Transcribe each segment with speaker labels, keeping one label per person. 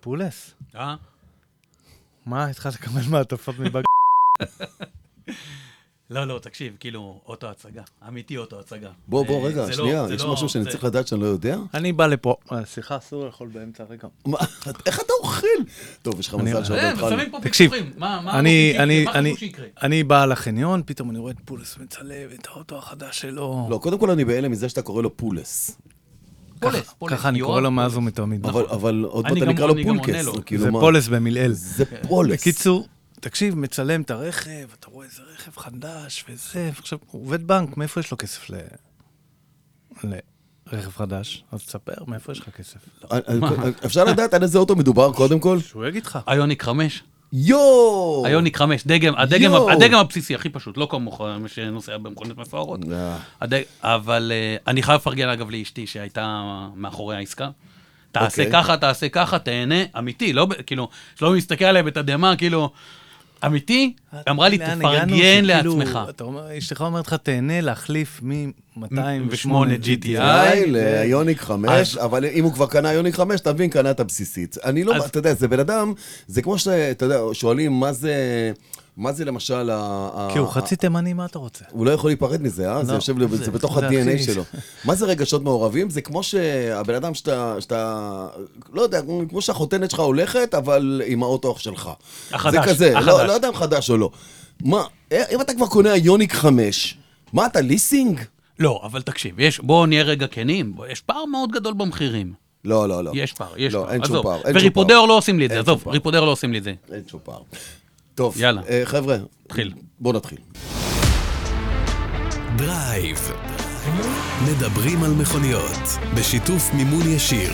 Speaker 1: פולס,
Speaker 2: אה?
Speaker 1: מה, התחלת לקבל מעטפות מבאג...
Speaker 2: לא, לא, תקשיב, כאילו, אוטו הצגה. אמיתי אוטו הצגה.
Speaker 3: בוא,
Speaker 2: אה,
Speaker 3: בוא, רגע,
Speaker 2: זה לא-
Speaker 3: שנייה,
Speaker 2: זה
Speaker 3: יש
Speaker 2: לא-
Speaker 3: משהו שאני
Speaker 2: זה-
Speaker 3: צריך לדעת שאני לא יודע?
Speaker 1: אני בא לפה. אה, סליחה, אסור לאכול באמצע רגע.
Speaker 3: מה, איך אתה אוכל? טוב, יש לך
Speaker 1: אני-
Speaker 3: מזל שעוד לא
Speaker 2: כן,
Speaker 3: התחלנו.
Speaker 2: ושמים פה
Speaker 1: תקשיב,
Speaker 2: פיצוחים. מה, מה,
Speaker 1: אני,
Speaker 2: חשבו
Speaker 1: אני,
Speaker 2: שיקרה? מה
Speaker 1: אני,
Speaker 2: חשבו שיקרה?
Speaker 1: אני בא לחניון, פתאום אני רואה את פולס מצלב את האוטו החדש שלו.
Speaker 3: לא, קודם כל אני בהלם מזה שאתה קורא לו פולס.
Speaker 2: פולס, פולס.
Speaker 1: ככה אני
Speaker 2: יואב,
Speaker 1: קורא לו מאז
Speaker 2: פולס.
Speaker 1: ומתמיד.
Speaker 3: אבל- אבל עוד
Speaker 2: נכון. אני
Speaker 3: מעט
Speaker 2: גם-
Speaker 3: אני אקרא לו
Speaker 2: אני גם עונה
Speaker 3: פולקס.
Speaker 2: לו.
Speaker 3: הוא כאילו
Speaker 1: זה
Speaker 3: מה-
Speaker 1: פולס במילאל.
Speaker 3: זה פולס.
Speaker 1: בקיצור, תקשיב, מצלם את הרכב, אתה רואה איזה רכב חדש וזה, ועכשיו, הוא עובד בנק, מאיפה יש לו כסף ל... לרכב חדש? אז תספר, מאיפה יש לך כסף?
Speaker 3: אה, אפשר לדעת על איזה אוטו מדובר קודם כל?
Speaker 1: שהוא יגיד לך.
Speaker 2: איוניק 5,
Speaker 3: יואו!
Speaker 2: איוניק 5, דגם, הדגם,
Speaker 3: יואו.
Speaker 2: הדגם הבסיסי הכי פשוט, לא כמוך מי שנוסע במכונות מפוארות.
Speaker 3: אה.
Speaker 2: הד... אבל אה, אני חייב לפרגן אגב לאשתי שהייתה מאחורי העסקה. תעשה
Speaker 3: אוקיי.
Speaker 2: ככה, תעשה ככה, תהנה, אמיתי, לא, ב- כאילו, שלא מסתכל עליה בתדהמה, כאילו, אמיתי, אמרה לי,
Speaker 1: אה, לאן הגענו
Speaker 2: תפרגן
Speaker 1: שכאילו,
Speaker 2: לעצמך.
Speaker 1: אתה אומר- אשתך אומרת לך, תהנה להחליף מ-208
Speaker 2: ושמונה
Speaker 1: GTI.
Speaker 2: GTI.
Speaker 3: די ליוניק 5,
Speaker 2: אז-
Speaker 3: אבל אם הוא כבר קנה יוניק 5, אתה מבין, קנה את הבסיסית. אני לא,
Speaker 2: אז-
Speaker 3: אתה יודע, זה בן אדם, זה כמו שאתה יודע, שואלים מה זה, מה זה למשל ה... ה-
Speaker 1: כי הוא חצי תימני, מה אתה רוצה?
Speaker 3: הוא לא יכול להיפרד מזה, אה? זה
Speaker 1: לא,
Speaker 3: יושב, לו-
Speaker 1: זה-
Speaker 3: זה בתוך
Speaker 1: זה
Speaker 3: ה-DNA
Speaker 1: הכי-
Speaker 3: שלו. מה זה רגשות מעורבים? זה כמו שהבן אדם שאתה, שאתה, לא יודע, כמו שהחותנת שלך הולכת, אבל עם האוטו שלך.
Speaker 2: החדש,
Speaker 3: זה כזה, לא,
Speaker 2: החדש.
Speaker 3: לא יודע אם חדש או לא. מה, אה, אם אתה כבר קונה יוניק 5, מה אתה ליסינג?
Speaker 2: לא, אבל תקשיב, יש, בואו נהיה רגע כנים, בוא, יש פער מאוד גדול במחירים.
Speaker 3: לא, לא, לא.
Speaker 2: יש פער, יש
Speaker 3: לא,
Speaker 2: פער.
Speaker 3: אין שום
Speaker 2: עזוב.
Speaker 3: פער, אין שום
Speaker 2: וריפודר
Speaker 3: פער.
Speaker 2: לא עושים לי את זה,
Speaker 3: אין
Speaker 2: עזוב,
Speaker 3: שום
Speaker 2: ריפודר לא עושים לי את זה.
Speaker 3: אין שום פער. טוב,
Speaker 2: יאללה.
Speaker 3: אה, חבר'ה,
Speaker 2: תתחיל.
Speaker 3: בואו נתחיל.
Speaker 4: דרייב. מדברים על מכוניות, בשיתוף מימון ישיר.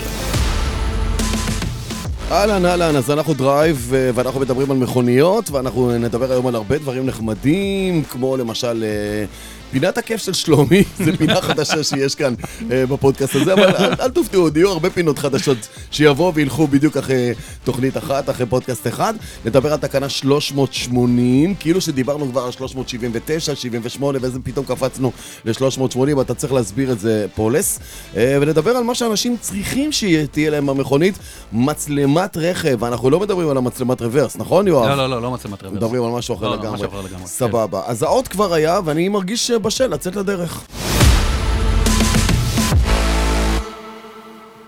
Speaker 3: אהלן, אהלן, אז אנחנו דרייב, אה, ואנחנו מדברים על מכוניות, ואנחנו נדבר היום על הרבה דברים נחמדים, כמו למשל אה, פינת הכיף של שלומי, זו פינה חדשה שיש כאן אה, בפודקאסט הזה, אבל אל, אל תופתעו, עוד יהיו הרבה פינות חדשות שיבואו וילכו בדיוק אחרי תוכנית אחת, אחרי פודקאסט אחד. נדבר על תקנה 380, כאילו שדיברנו כבר על 379, 78, ואז פתאום קפצנו ל-380, אתה צריך להסביר את זה, פולס. אה, ונדבר על מה שאנשים צריכים שתהיה להם במכונית, מצלמת רכב. אנחנו לא מדברים על המצלמת רוורס, נכון, יואב?
Speaker 2: לא, לא, לא, לא מצלמת רוורס.
Speaker 3: מדברים על משהו
Speaker 2: לא,
Speaker 3: אחר
Speaker 2: לא, משהו אחר
Speaker 3: לגמרי.
Speaker 2: לגמרי, כן.
Speaker 3: סבבה. אז האות כבר היה, ואני מרגיש בשל לצאת לדרך.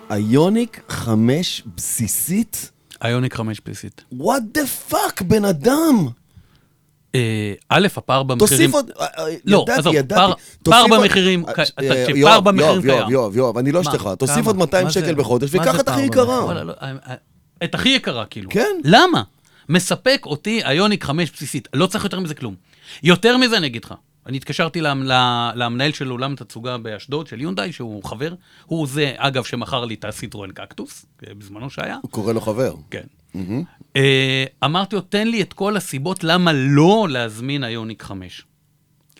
Speaker 3: היוניק 5 בסיסית?
Speaker 2: איוניק 5 בסיסית.
Speaker 3: וואט דה פאק, בן אדם!
Speaker 2: אה, א', הפער במחירים...
Speaker 3: תוסיף עוד... אה, אה,
Speaker 2: לא,
Speaker 3: ידעתי,
Speaker 2: עזוב,
Speaker 3: ידעתי.
Speaker 2: פער-
Speaker 3: תוסיף
Speaker 2: פער
Speaker 3: עוד-
Speaker 2: במחירים,
Speaker 3: אה,
Speaker 2: כ-
Speaker 3: ש-
Speaker 2: אתה-
Speaker 3: אה,
Speaker 2: שפער
Speaker 3: יואב,
Speaker 2: במחירים
Speaker 3: יואב,
Speaker 2: קיים.
Speaker 3: יואב, יואב, אני לא
Speaker 2: מה?
Speaker 3: אשתך. תוסיף
Speaker 1: כמה?
Speaker 3: עוד 200
Speaker 1: מה זה?
Speaker 3: שקל בחודש,
Speaker 1: מה
Speaker 3: וקח
Speaker 1: זה
Speaker 3: את הכי
Speaker 1: פער
Speaker 3: יקרה.
Speaker 1: במחירים?
Speaker 2: וואלה, לא, אה, אה, את הכי יקרה, כאילו.
Speaker 3: כן.
Speaker 2: למה? מספק אותי איוניק 5 בסיסית, לא צריך יותר מזה כלום. יותר מזה אני אגיד לך, אני התקשרתי למ- ל- למנהל של אולם תצוגה באשדוד, של יונדאי, שהוא חבר, הוא זה, אגב, שמכר לי את הסיטרואן קקטוס, אה, בזמנו שהיה.
Speaker 3: הוא קורא לו חבר.
Speaker 2: כן. אה, אמרתי לו, תן לי את כל הסיבות למה לא להזמין איוניק 5.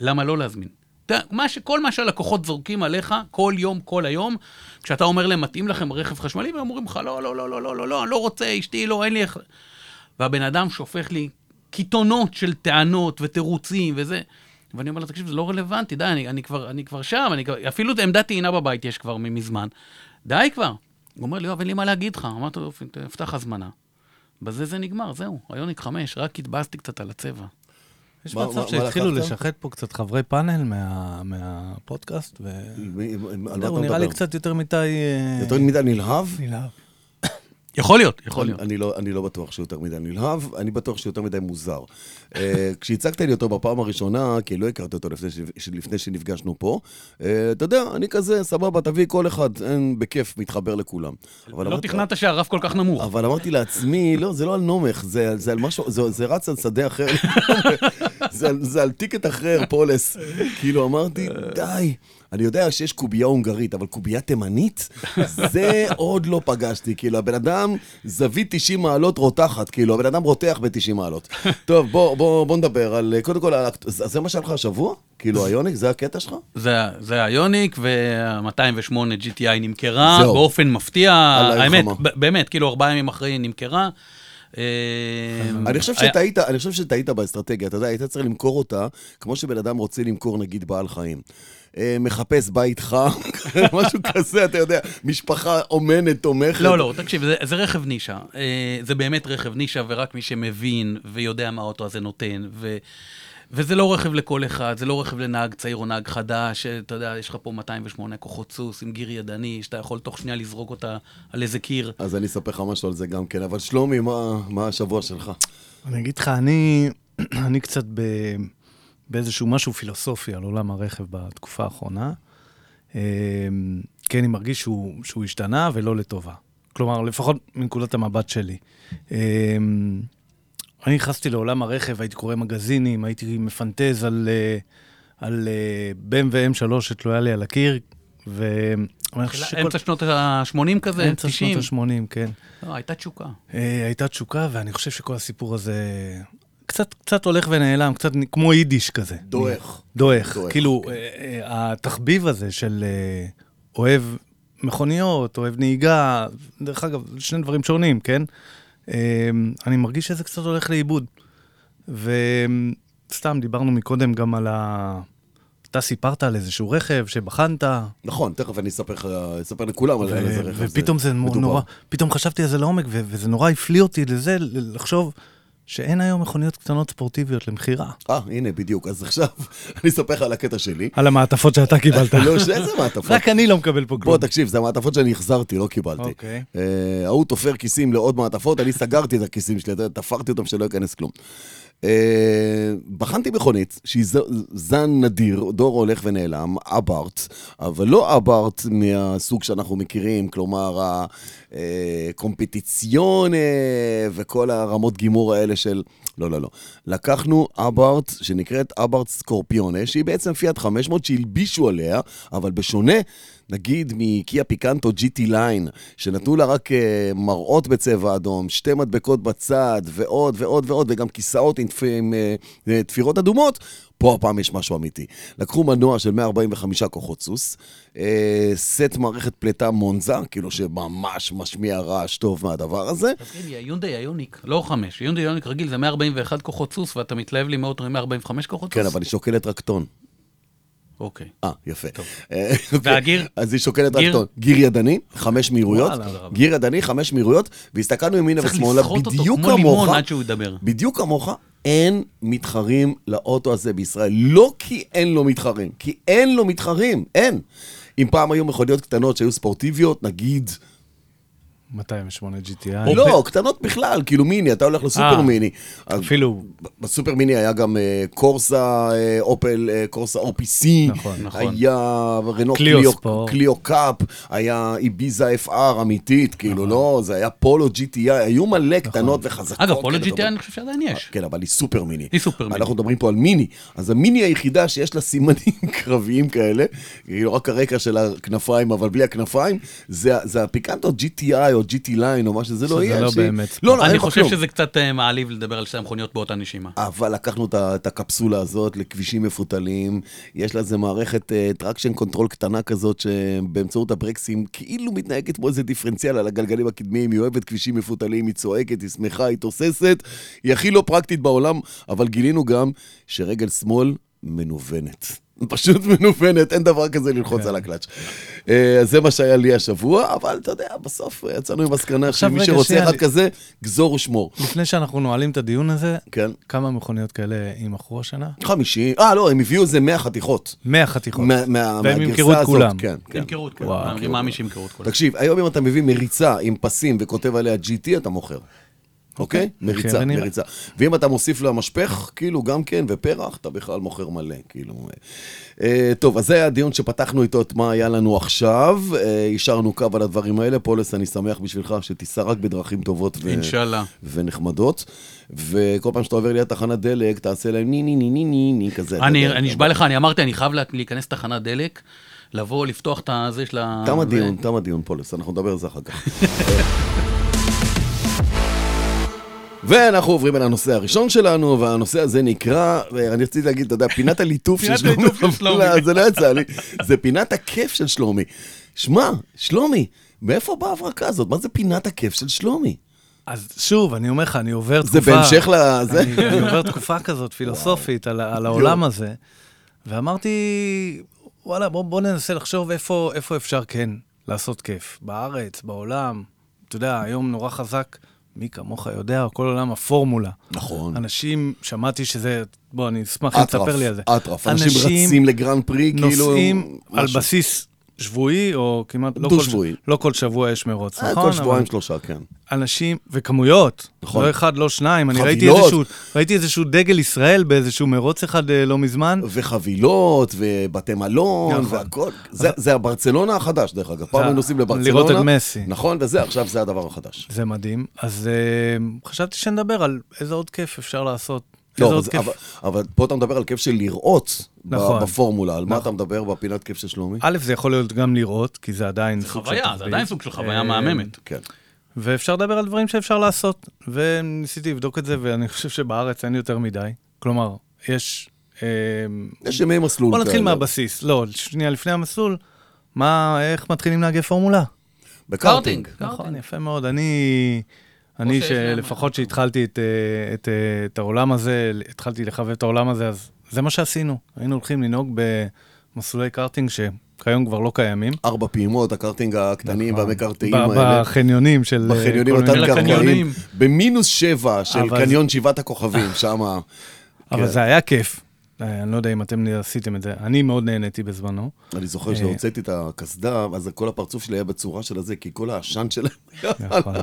Speaker 2: למה לא להזמין? אתה יודע, מה ש... כל מה שהלקוחות זורקים עליך, כל יום, כל היום, כשאתה אומר להם, מתאים לכם רכב חשמלי, והם אומרים לך, לא, לא, לא, לא, לא, לא, לא, אני לא רוצה, אשתי, לא, אין לי איך... והבן אדם שופך לי קיתונות של טענות ותירוצים וזה. ואני אומר לו, תקשיב, זה לא רלוונטי, די, אני, אני, כבר, אני כבר שם, אני כבר... אפילו את עמדת טעינה בבית יש כבר מזמן. די כבר. הוא אומר לי, יואב, אין לי מה להגיד לך. אמרתי לו, "יופי, תפתח הזמנה. בזה זה נגמר, זהו, איוניק 5, רק התבאסתי קצת על הצבע.
Speaker 1: יש
Speaker 3: מה- מה-
Speaker 1: מצב
Speaker 3: מה
Speaker 1: שהתחילו
Speaker 3: לקחת?
Speaker 1: לשחט פה קצת חברי פאנל מה- מהפודקאסט, ו...
Speaker 3: מי- על מה אתה
Speaker 1: הוא נראה לי
Speaker 3: מדבר?
Speaker 1: קצת יותר מדי... אה,
Speaker 3: לא, יותר מדי נלהב?
Speaker 1: נלהב.
Speaker 2: יכול להיות, יכול להיות.
Speaker 3: אני לא, אני לא בטוח שהוא יותר מדי נלהב, אני בטוח שהוא יותר מדי מוזר. אה, כשהצגת לי אותו בפעם הראשונה, כי לא הכרתי אותו לפני, ש- ש- לפני שנפגשנו פה, אה, אתה יודע, אני כזה, סבבה, תביא כל אחד, אין, בכיף, מתחבר לכולם. אבל
Speaker 2: לא
Speaker 3: אמרתי-
Speaker 2: תכננת שהרף כל כך נמוך.
Speaker 3: אבל אמרתי לעצמי, לא, זה לא על נומך, זה, זה על משהו, זה, זה רץ על שדה אחר, זה, על- זה על טיקט אחר, פולס. כאילו, אמרתי, די. אני יודע שיש קובייה הונגרית, אבל קובייה תימנית? זה עוד לא פגשתי. כאילו, הבן אדם, זווית 90 מעלות רותחת, כאילו, הבן אדם רותח ב-90 מעלות. טוב, בוא, בוא, בוא נדבר על, קודם כל, על, האקט- זה זה מה שהיה לך השבוע? כאילו, היוניק, זה הקטע שלך?
Speaker 2: זה, זה היוניק, וה-208 GTI נמכרה
Speaker 3: זהו.
Speaker 2: זהו. באופן מפתיע.
Speaker 3: עליי
Speaker 2: האמת,
Speaker 3: חמה.
Speaker 2: ב- באמת, כאילו ארבעה ימים אחרי היא נמכרה. אה,
Speaker 3: אני חושב
Speaker 2: היה-
Speaker 3: שטעית, אני חושב שטעית באסטרטגיה, אתה יודע, היית צריך למכור אותה כמו שבן אדם רוצה למכור נגיד בעל חיים. אה, מחפש בית חם, משהו כזה, אתה יודע, משפחה אומנת, תומכת.
Speaker 2: לא, לא, תקשיב, זה, זה רכב נישה. אה, זה באמת רכב נישה, ורק מי שמבין ויודע מה האוטו הזה נותן. ו... וזה לא רכב לכל אחד, זה לא רכב לנהג צעיר או נהג חדש, אתה יודע, יש לך פה 208 כוחות סוס עם גיר ידני, שאתה יכול תוך שנייה לזרוק אותה על איזה קיר.
Speaker 3: אז אני אספר לך משהו על זה גם כן, אבל שלומי, מה- מה השבוע שלך?
Speaker 1: אני אגיד לך, אני, אני קצת ב, באיזשהו משהו פילוסופי על עולם הרכב בתקופה האחרונה. אמ, כן, אני מרגיש שהוא, שהוא השתנה ולא לטובה. כלומר, לפחות מנקודת המבט שלי. אמ, אני נכנסתי לעולם הרכב, הייתי קורא מגזינים, הייתי מפנטז על, אה, על אה, בן ו-M3 שתלויה לי על הקיר, ו... אבל אני חושב שכל-
Speaker 2: אמצע שנות ה-80 כזה,
Speaker 1: אמצע
Speaker 2: 90.
Speaker 1: שנות ה-80, כן.
Speaker 2: לא, הייתה תשוקה.
Speaker 1: אה, הייתה תשוקה, ואני חושב שכל הסיפור הזה קצת, קצת הולך ונעלם, קצת נ- כמו יידיש כזה.
Speaker 3: דועך.
Speaker 1: דועך.
Speaker 3: דועך,
Speaker 1: כאילו,
Speaker 3: כן.
Speaker 1: אה, אה, התחביב הזה של אה, אוהב מכוניות, אוהב נהיגה, דרך אגב, שני דברים שונים, כן? אה, אני מרגיש שזה קצת הולך לאיבוד. וסתם, דיברנו מקודם גם על ה... אתה סיפרת על איזשהו רכב שבחנת,
Speaker 3: נכון, תכף אני אספר לך, אספר לכולם על על איזה
Speaker 1: ו-
Speaker 3: רכב
Speaker 1: אה, ופתאום זה
Speaker 3: מדובר.
Speaker 1: נורא, פתאום חשבתי על זה לעומק, ו- וזה נורא הפליא אותי לזה, ל- לחשוב שאין היום מכוניות קטנות ספורטיביות למכירה.
Speaker 3: אה, הנה, בדיוק. אז עכשיו אני אספר לך על הקטע שלי.
Speaker 1: על המעטפות שאתה קיבלת.
Speaker 3: לא, שאיזה מעטפות.
Speaker 1: רק אני לא מקבל פה
Speaker 3: בוא,
Speaker 1: כלום.
Speaker 3: תקשיב, זה המעטפות שאני החזרתי, לא קיבלתי.
Speaker 1: אוקיי.
Speaker 3: אה, ההוא תופר כיסים לעוד מעטפות, אני סגרתי את הכיסים שלי, אתה יודע, תפרתי אותם שלא ייכנס כלום. אה, בחנתי מכונית שהיא ז- זן נדיר, דור הולך ונעלם, אברט, אבל לא אברט מהסוג שאנחנו מכירים, כלומר הקומפטיציון וכל הרמות גימור האלה של... לא, לא, לא. לקחנו אברט שנקראת אברט סקורפיונה, שהיא בעצם פיאט 500 שהלבישו עליה, אבל בשונה, נגיד, מקיה פיקנטו GT ליין, שנתנו לה רק אה, מראות בצבע אדום, שתי מדבקות בצד, ועוד ועוד ועוד, וגם כיסאות עם, תפ... עם אה, אה, תפירות אדומות, פה הפעם יש משהו אמיתי. לקחו מנוע של 145 כוחות סוס, אה, סט מערכת פלטה מונזה, כאילו שממש משמיע רעש טוב מהדבר הזה,
Speaker 2: תגיד, כן, יונדאי איוניק, לא חמש, יונדאי איוניק רגיל זה 141 כוחות סוס, ואתה מתלהב לי מאוטו עם 145 כוחות סוס?
Speaker 3: כן, אבל היא שוקלת טרקטון.
Speaker 2: אוקיי.
Speaker 3: אה, יפה.
Speaker 2: והגיר?
Speaker 3: אז היא שוקלת
Speaker 2: גיר?
Speaker 3: טרקטון. גיר ידני, חמש מהירויות.
Speaker 2: וואלה, תודה רבה.
Speaker 3: גיר ידני, חמש מהירויות, והסתכלנו ימינה
Speaker 2: צריך
Speaker 3: ושמאלה,
Speaker 2: לסחוט אותו
Speaker 3: בדיוק
Speaker 2: כמו לימון
Speaker 3: כמוך,
Speaker 2: עד שהוא ידבר.
Speaker 3: בדיוק כמוך, אין מתחרים לאוטו הזה בישראל. לא כי אין לו מתחרים, כי אין לו מתחרים, אין. אם פעם היו מכוניות קטנות שהיו ספורטיביות, נגיד...
Speaker 1: 208 GTI.
Speaker 3: לא, קטנות בכלל, כאילו מיני, אתה הולך לסופר
Speaker 1: אוקיי. אה,
Speaker 3: מיני. אז-
Speaker 1: אפילו,
Speaker 3: בסופר מיני היה גם אה, קורסה אה, אופל, אה, קורסה OPC,
Speaker 1: נכון,
Speaker 2: נכון.
Speaker 3: היה רנו
Speaker 1: קליו
Speaker 3: קליו,
Speaker 1: ספורט.
Speaker 3: קליו קאפ, היה איביזה FR אמיתית, כאילו
Speaker 1: נכון.
Speaker 3: לא, זה היה פולו GTI, היו מלא קטנות וחזקות. כאילו,
Speaker 2: אגב, פולו
Speaker 3: כאלה,
Speaker 2: GTI
Speaker 3: כן, אבל-
Speaker 2: אני חושב שעדיין יש.
Speaker 3: כן, אבל היא סופר מיני.
Speaker 2: היא סופר מיני.
Speaker 3: אנחנו מדברים פה על מיני. אז המיני היחידה שיש לה סימנים קרביים כאלה, כאילו רק הרקע של הכנפיים, אבל בלי הכנפיים, זה, זה הפיקנטו GTI או GT line או מה שזה לא
Speaker 1: שזה
Speaker 3: יהיה.
Speaker 1: לא
Speaker 3: שהיא-
Speaker 1: באמת.
Speaker 3: לא, לא, אין
Speaker 2: אני
Speaker 3: בה
Speaker 2: חושב
Speaker 3: כלום. אה,
Speaker 2: שזה קצת אה, מעליב לדבר על שתי המכוניות באותה נשימה.
Speaker 3: אבל לקחנו את ה- את הקפסולה הזאת לכבישים מפותלים, יש לה איזה מערכת טרקשן קונטרול קטנה כזאת שבאמצעות הברקסים כאילו מתנהגת כמו איזה דיפרנציאל על הגלגלים הקדמיים, היא אוהבת כבישים מפותלים, היא צועקת, היא שמחה, היא תוססת, היא הכי לא פרקטית בעולם, אבל גילינו גם שרגל שמאל מנוונת. פשוט מנוונת, אין דבר כזה ללחוץ
Speaker 1: כן.
Speaker 3: על הקלאץ'. אה, אז זה מה שהיה לי השבוע, אבל אתה יודע, בסוף יצאנו עם מסקנה
Speaker 1: עכשיו
Speaker 3: שמי
Speaker 1: רגע,
Speaker 3: שרוצה
Speaker 1: שנייה,
Speaker 3: אחד
Speaker 1: אני-
Speaker 3: כזה, גזור ושמור.
Speaker 1: לפני שאנחנו נועלים את הדיון הזה,
Speaker 3: כן.
Speaker 1: כמה מכוניות כאלה יימכרו השנה?
Speaker 3: 50, אה לא, הם הביאו איזה 100 חתיכות.
Speaker 1: 100 חתיכות.
Speaker 3: מה- מה-
Speaker 1: נכון. והם
Speaker 3: מהגרסה
Speaker 1: ימכרו את
Speaker 3: הזאת,
Speaker 1: כולם.
Speaker 3: כן, כן.
Speaker 2: ימכרו את
Speaker 1: וואו,
Speaker 2: כולם, אני
Speaker 1: כאילו,
Speaker 2: מאמין שימכרו את כולם.
Speaker 3: תקשיב, היום אם אתה מביא מריצה עם פסים וכותב עליה GT, אתה מוכר. אוקיי? מריצה,
Speaker 1: ונראה.
Speaker 3: מריצה. ואם אתה מוסיף לה משפך, כאילו גם כן, ופרח, אתה בכלל מוכר מלא, כאילו. אה, טוב, אז זה היה הדיון שפתחנו איתו את מה היה לנו עכשיו. אה, השארנו קו על הדברים האלה. פולס, אני שמח בשבילך שתיסע רק בדרכים טובות ו-
Speaker 2: אינשאללה.
Speaker 3: ונחמדות. וכל פעם שאתה עובר ליד תחנת דלק, תעשה להם ני ני ני ני ני ני כזה. אתה
Speaker 2: אני
Speaker 3: יודע,
Speaker 2: אני
Speaker 3: אתה-
Speaker 2: נשבע לך, אני אמרתי, אני חייב לה- להיכנס לתחנת דלק, לבוא, לפתוח את הזה של ה...
Speaker 3: תם
Speaker 2: זה.
Speaker 3: הדיון, תם הדיון, פולס, אנחנו נדבר על זה אחר כך. ואנחנו עוברים אל הנושא הראשון שלנו, והנושא הזה נקרא, אני רציתי להגיד, אתה יודע, פינת הליטוף של
Speaker 2: פינת
Speaker 3: שלומי,
Speaker 2: הליטוף של
Speaker 3: אבל
Speaker 2: שלומי.
Speaker 3: לא, זה לא יצא לי, זה פינת הכיף של שלומי. שמע, שלומי, מאיפה באה ההברקה הזאת? מה זה פינת הכיף של שלומי?
Speaker 1: אז שוב, אני אומר לך, אני עובר
Speaker 3: זה
Speaker 1: תקופה...
Speaker 3: בהמשך לזה?
Speaker 1: אני, אני עובר תקופה כזאת פילוסופית על, ה- על העולם הזה, ואמרתי, וואלה, בוא, בוא ננסה לחשוב איפה, איפה אפשר כן לעשות כיף. בארץ, בעולם, אתה יודע, היום נורא חזק, מי כמוך יודע, כל עולם הפורמולה.
Speaker 3: נכון.
Speaker 1: אנשים, שמעתי שזה, בוא, אני אשמח אם
Speaker 3: אטרף,
Speaker 1: תספר לי על זה.
Speaker 3: אטרף. אנשים רצים לגרנד פרי, כאילו...
Speaker 1: נוסעים על
Speaker 3: משהו.
Speaker 1: בסיס שבועי, או כמעט... לא כל-
Speaker 3: דו-שבועי.
Speaker 1: לא כל שבוע יש מרוץ,
Speaker 3: אה,
Speaker 1: נכון?
Speaker 3: כל
Speaker 1: אבל-
Speaker 3: שבועיים שלושה, כן.
Speaker 1: אנשים, וכמויות,
Speaker 3: נכון.
Speaker 1: נכון. לא אחד, לא שניים. אני ראיתי
Speaker 3: חבילות.
Speaker 1: איזשהו, ראיתי איזשהו דגל ישראל באיזשהו מרוץ אחד אה, לא מזמן.
Speaker 3: וחבילות, ובתי מלון,
Speaker 1: נכון.
Speaker 3: והכל. זה- זה הברצלונה החדש, דרך אגב. פעם
Speaker 1: זה-
Speaker 3: היינו נוסעים לברצלונה.
Speaker 1: לראות את מסי.
Speaker 3: נכון, וזה, עכשיו זה הדבר החדש.
Speaker 1: זה מדהים. אז uh, חשבתי שנדבר על איזה עוד כיף אפשר לעשות. איזה
Speaker 3: לא,
Speaker 1: עוד
Speaker 3: אז-
Speaker 1: כיף.
Speaker 3: אבל- אבל פה אתה מדבר על כיף של לראות ב-
Speaker 1: נכון.
Speaker 3: בפורמולה. על מה אתה מדבר בפינת כיף של שלומי?
Speaker 1: א', זה יכול להיות גם לראות, כי זה עדיין סוג של
Speaker 2: חוויה, זה
Speaker 1: תחביב.
Speaker 2: עדיין סוג של חוויה
Speaker 1: אה,
Speaker 2: מהממת.
Speaker 3: כן.
Speaker 1: ואפשר לדבר על דברים שאפשר לעשות. וניסיתי לבדוק את זה, ואני חושב שבארץ אין יותר מדי. כלומר, יש... אה,
Speaker 3: יש ימי מסלול
Speaker 1: בוא נתחיל
Speaker 3: כאלה.
Speaker 1: מהבסיס. לא, שנייה לפני המסלול, מה, איך מתחילים נהגי פורמולה?
Speaker 3: בקארטינג.
Speaker 1: נכון, יפה מאוד. אני, אני
Speaker 2: שיש להם-
Speaker 1: שלפחות שהתחלתי את, אה, את, אה, את העולם הזה, התחלתי לחבב את העולם הזה, אז זה מה שעשינו. היינו הולכים לנהוג במסלולי קארטינג שכיום כבר לא קיימים.
Speaker 3: ארבע פעימות, הקארטינג הקטנים והמקרטעים
Speaker 1: נכון. ב-
Speaker 3: האלה.
Speaker 1: בחניונים של... אה,
Speaker 3: בחניונים
Speaker 1: כל מיני-
Speaker 3: אותם
Speaker 2: לקניונים.
Speaker 3: קרקעים, במינוס שבע של
Speaker 1: אבל-
Speaker 3: קניון שבעת הכוכבים, שם.
Speaker 1: אבל
Speaker 3: כן.
Speaker 1: זה היה כיף. אה, אני לא יודע אם אתם עשיתם את זה, אני מאוד נהניתי בזמנו.
Speaker 3: אני
Speaker 1: אה.
Speaker 3: זוכר שהוצאתי את הקסדה, אז כל הפרצוף שלי היה בצורה של הזה, כי כל העשן שלהם היה
Speaker 1: נכון.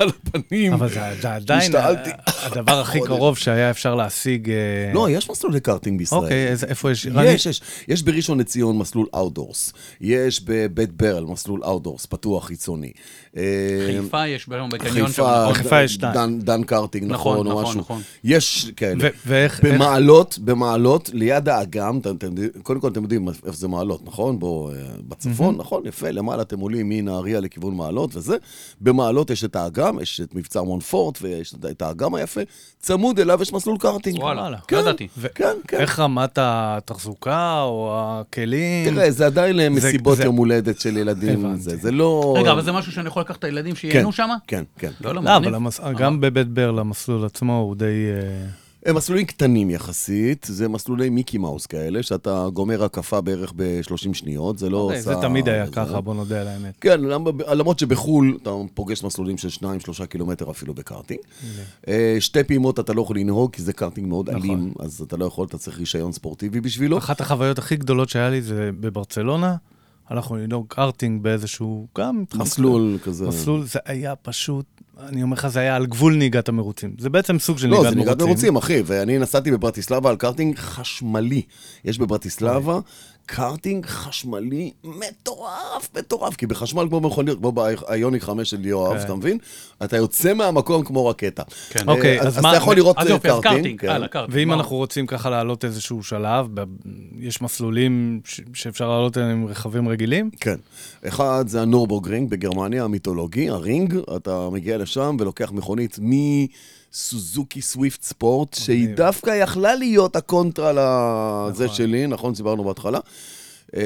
Speaker 3: על הפנים.
Speaker 1: אבל זה זה עדיין
Speaker 3: השתעלתי.
Speaker 1: ה- הדבר הכי
Speaker 3: חודש.
Speaker 1: קרוב שהיה אפשר להשיג... אה,
Speaker 3: לא, יש מסלולי קארטינג בישראל.
Speaker 1: אוקיי, איזה- איפה יש? רני-
Speaker 3: יש, יש. יש בראשון לציון מסלול אאוטדורס. יש בבית ברל מסלול אאוטדורס, פתוח חיצוני. אה,
Speaker 2: חיפה יש היום בקניון שם,
Speaker 3: חיפה,
Speaker 2: נכון?
Speaker 1: חיפה יש שתיים.
Speaker 3: דן- דן קארטינג,
Speaker 2: נכון,
Speaker 3: נכון, או
Speaker 2: נכון,
Speaker 3: משהו.
Speaker 2: נכון.
Speaker 3: יש כאלה.
Speaker 1: ו- ואיך- איך-
Speaker 3: במעלות, במעלות, ליד האגם, אתם- אתם יודעים- קודם כל אתם יודעים איפה זה מעלות, נכון? בו, אה, בצפון, נכון, יפה, למעלה אתם עולים מנהריה לכיוון מעלות וזה. במעלות יש את האגם, יש את מבצע מונפורט ויש את- את האגם היפה. צמוד אליו יש מסלול קארטינג.
Speaker 2: וואלה, לא
Speaker 3: כן,
Speaker 2: ידעתי.
Speaker 3: כן, כן.
Speaker 1: איך רמת התחזוקה או הכלים?
Speaker 3: תראה, זה עדיין אה, מסיבות
Speaker 1: זה-
Speaker 3: יום הולדת של ילדים.
Speaker 1: הבנתי.
Speaker 3: זה זה לא...
Speaker 2: רגע, אבל זה משהו שאני יכול לקחת את הילדים
Speaker 3: כן,
Speaker 2: שייהנו שם?
Speaker 3: כן, כן.
Speaker 2: לא, לא,
Speaker 1: לא, אבל
Speaker 2: מגניב.
Speaker 1: המס... גם בבית ברל המסלול עצמו הוא די... אה,
Speaker 3: הם מסלולים קטנים יחסית, זה מסלולי מיקי מאוס כאלה, שאתה גומר הקפה בערך ב-30 שניות, זה לא
Speaker 1: אוקיי, זה
Speaker 3: עושה...
Speaker 1: תמיד היה
Speaker 3: זה-
Speaker 1: ככה, בוא נודה על האמת.
Speaker 3: כן, למ- למרות שבחו"ל אתה פוגש מסלולים של 2-3 קילומטר אפילו בקארטינג. אה, שתי פעימות אתה לא יכול לנהוג, כי זה קארטינג מאוד אלים, אז אתה לא יכול, אתה צריך רישיון ספורטיבי בשבילו.
Speaker 1: נכון. אחת החוויות הכי גדולות שהיה לי זה בברצלונה. הלכנו לנהוג קארטינג באיזשהו, גם מתחם
Speaker 3: מסלול כזה.
Speaker 1: כזה. מסלול, זה היה פשוט, אני אומר לך, זה היה על גבול נהיגת המרוצים. זה בעצם סוג של
Speaker 3: לא,
Speaker 1: נהיגת
Speaker 3: זה
Speaker 1: מרוצים.
Speaker 3: נהיגת מרוצים, אחי, ואני נסעתי בברטיסלבה על קארטינג חשמלי. יש בברטיסלבה קארטינג חשמלי מטורף, מטורף, כי בחשמל כמו במכוניות, כמו באיוניק 5 של יואב, אתה מבין? אתה יוצא מהמקום כמו רקטה.
Speaker 2: כן.
Speaker 3: אה,
Speaker 1: אוקיי,
Speaker 3: אז
Speaker 1: אז
Speaker 3: אתה
Speaker 1: מה-
Speaker 3: יכול לראות
Speaker 2: אז
Speaker 3: אה,
Speaker 2: יופי, אז קארטינג,
Speaker 3: כן.
Speaker 2: הלאה, קארטינג.
Speaker 1: ואם
Speaker 2: וואו.
Speaker 1: אנחנו רוצים ככה לעלות איזשהו שלב, ב- יש מסלולים ש- שאפשר לעלות עליהם עם רכבים רגילים?
Speaker 3: כן. אחד זה הנורבורגרינג בגרמניה, המיתולוגי, הרינג, אתה מגיע לשם ולוקח מכונית מסוזוקי סוויפט ספורט, שהיא דווקא יכלה להיות הקונטרה לזה שלי, נכון? דיברנו בהתחלה. אה,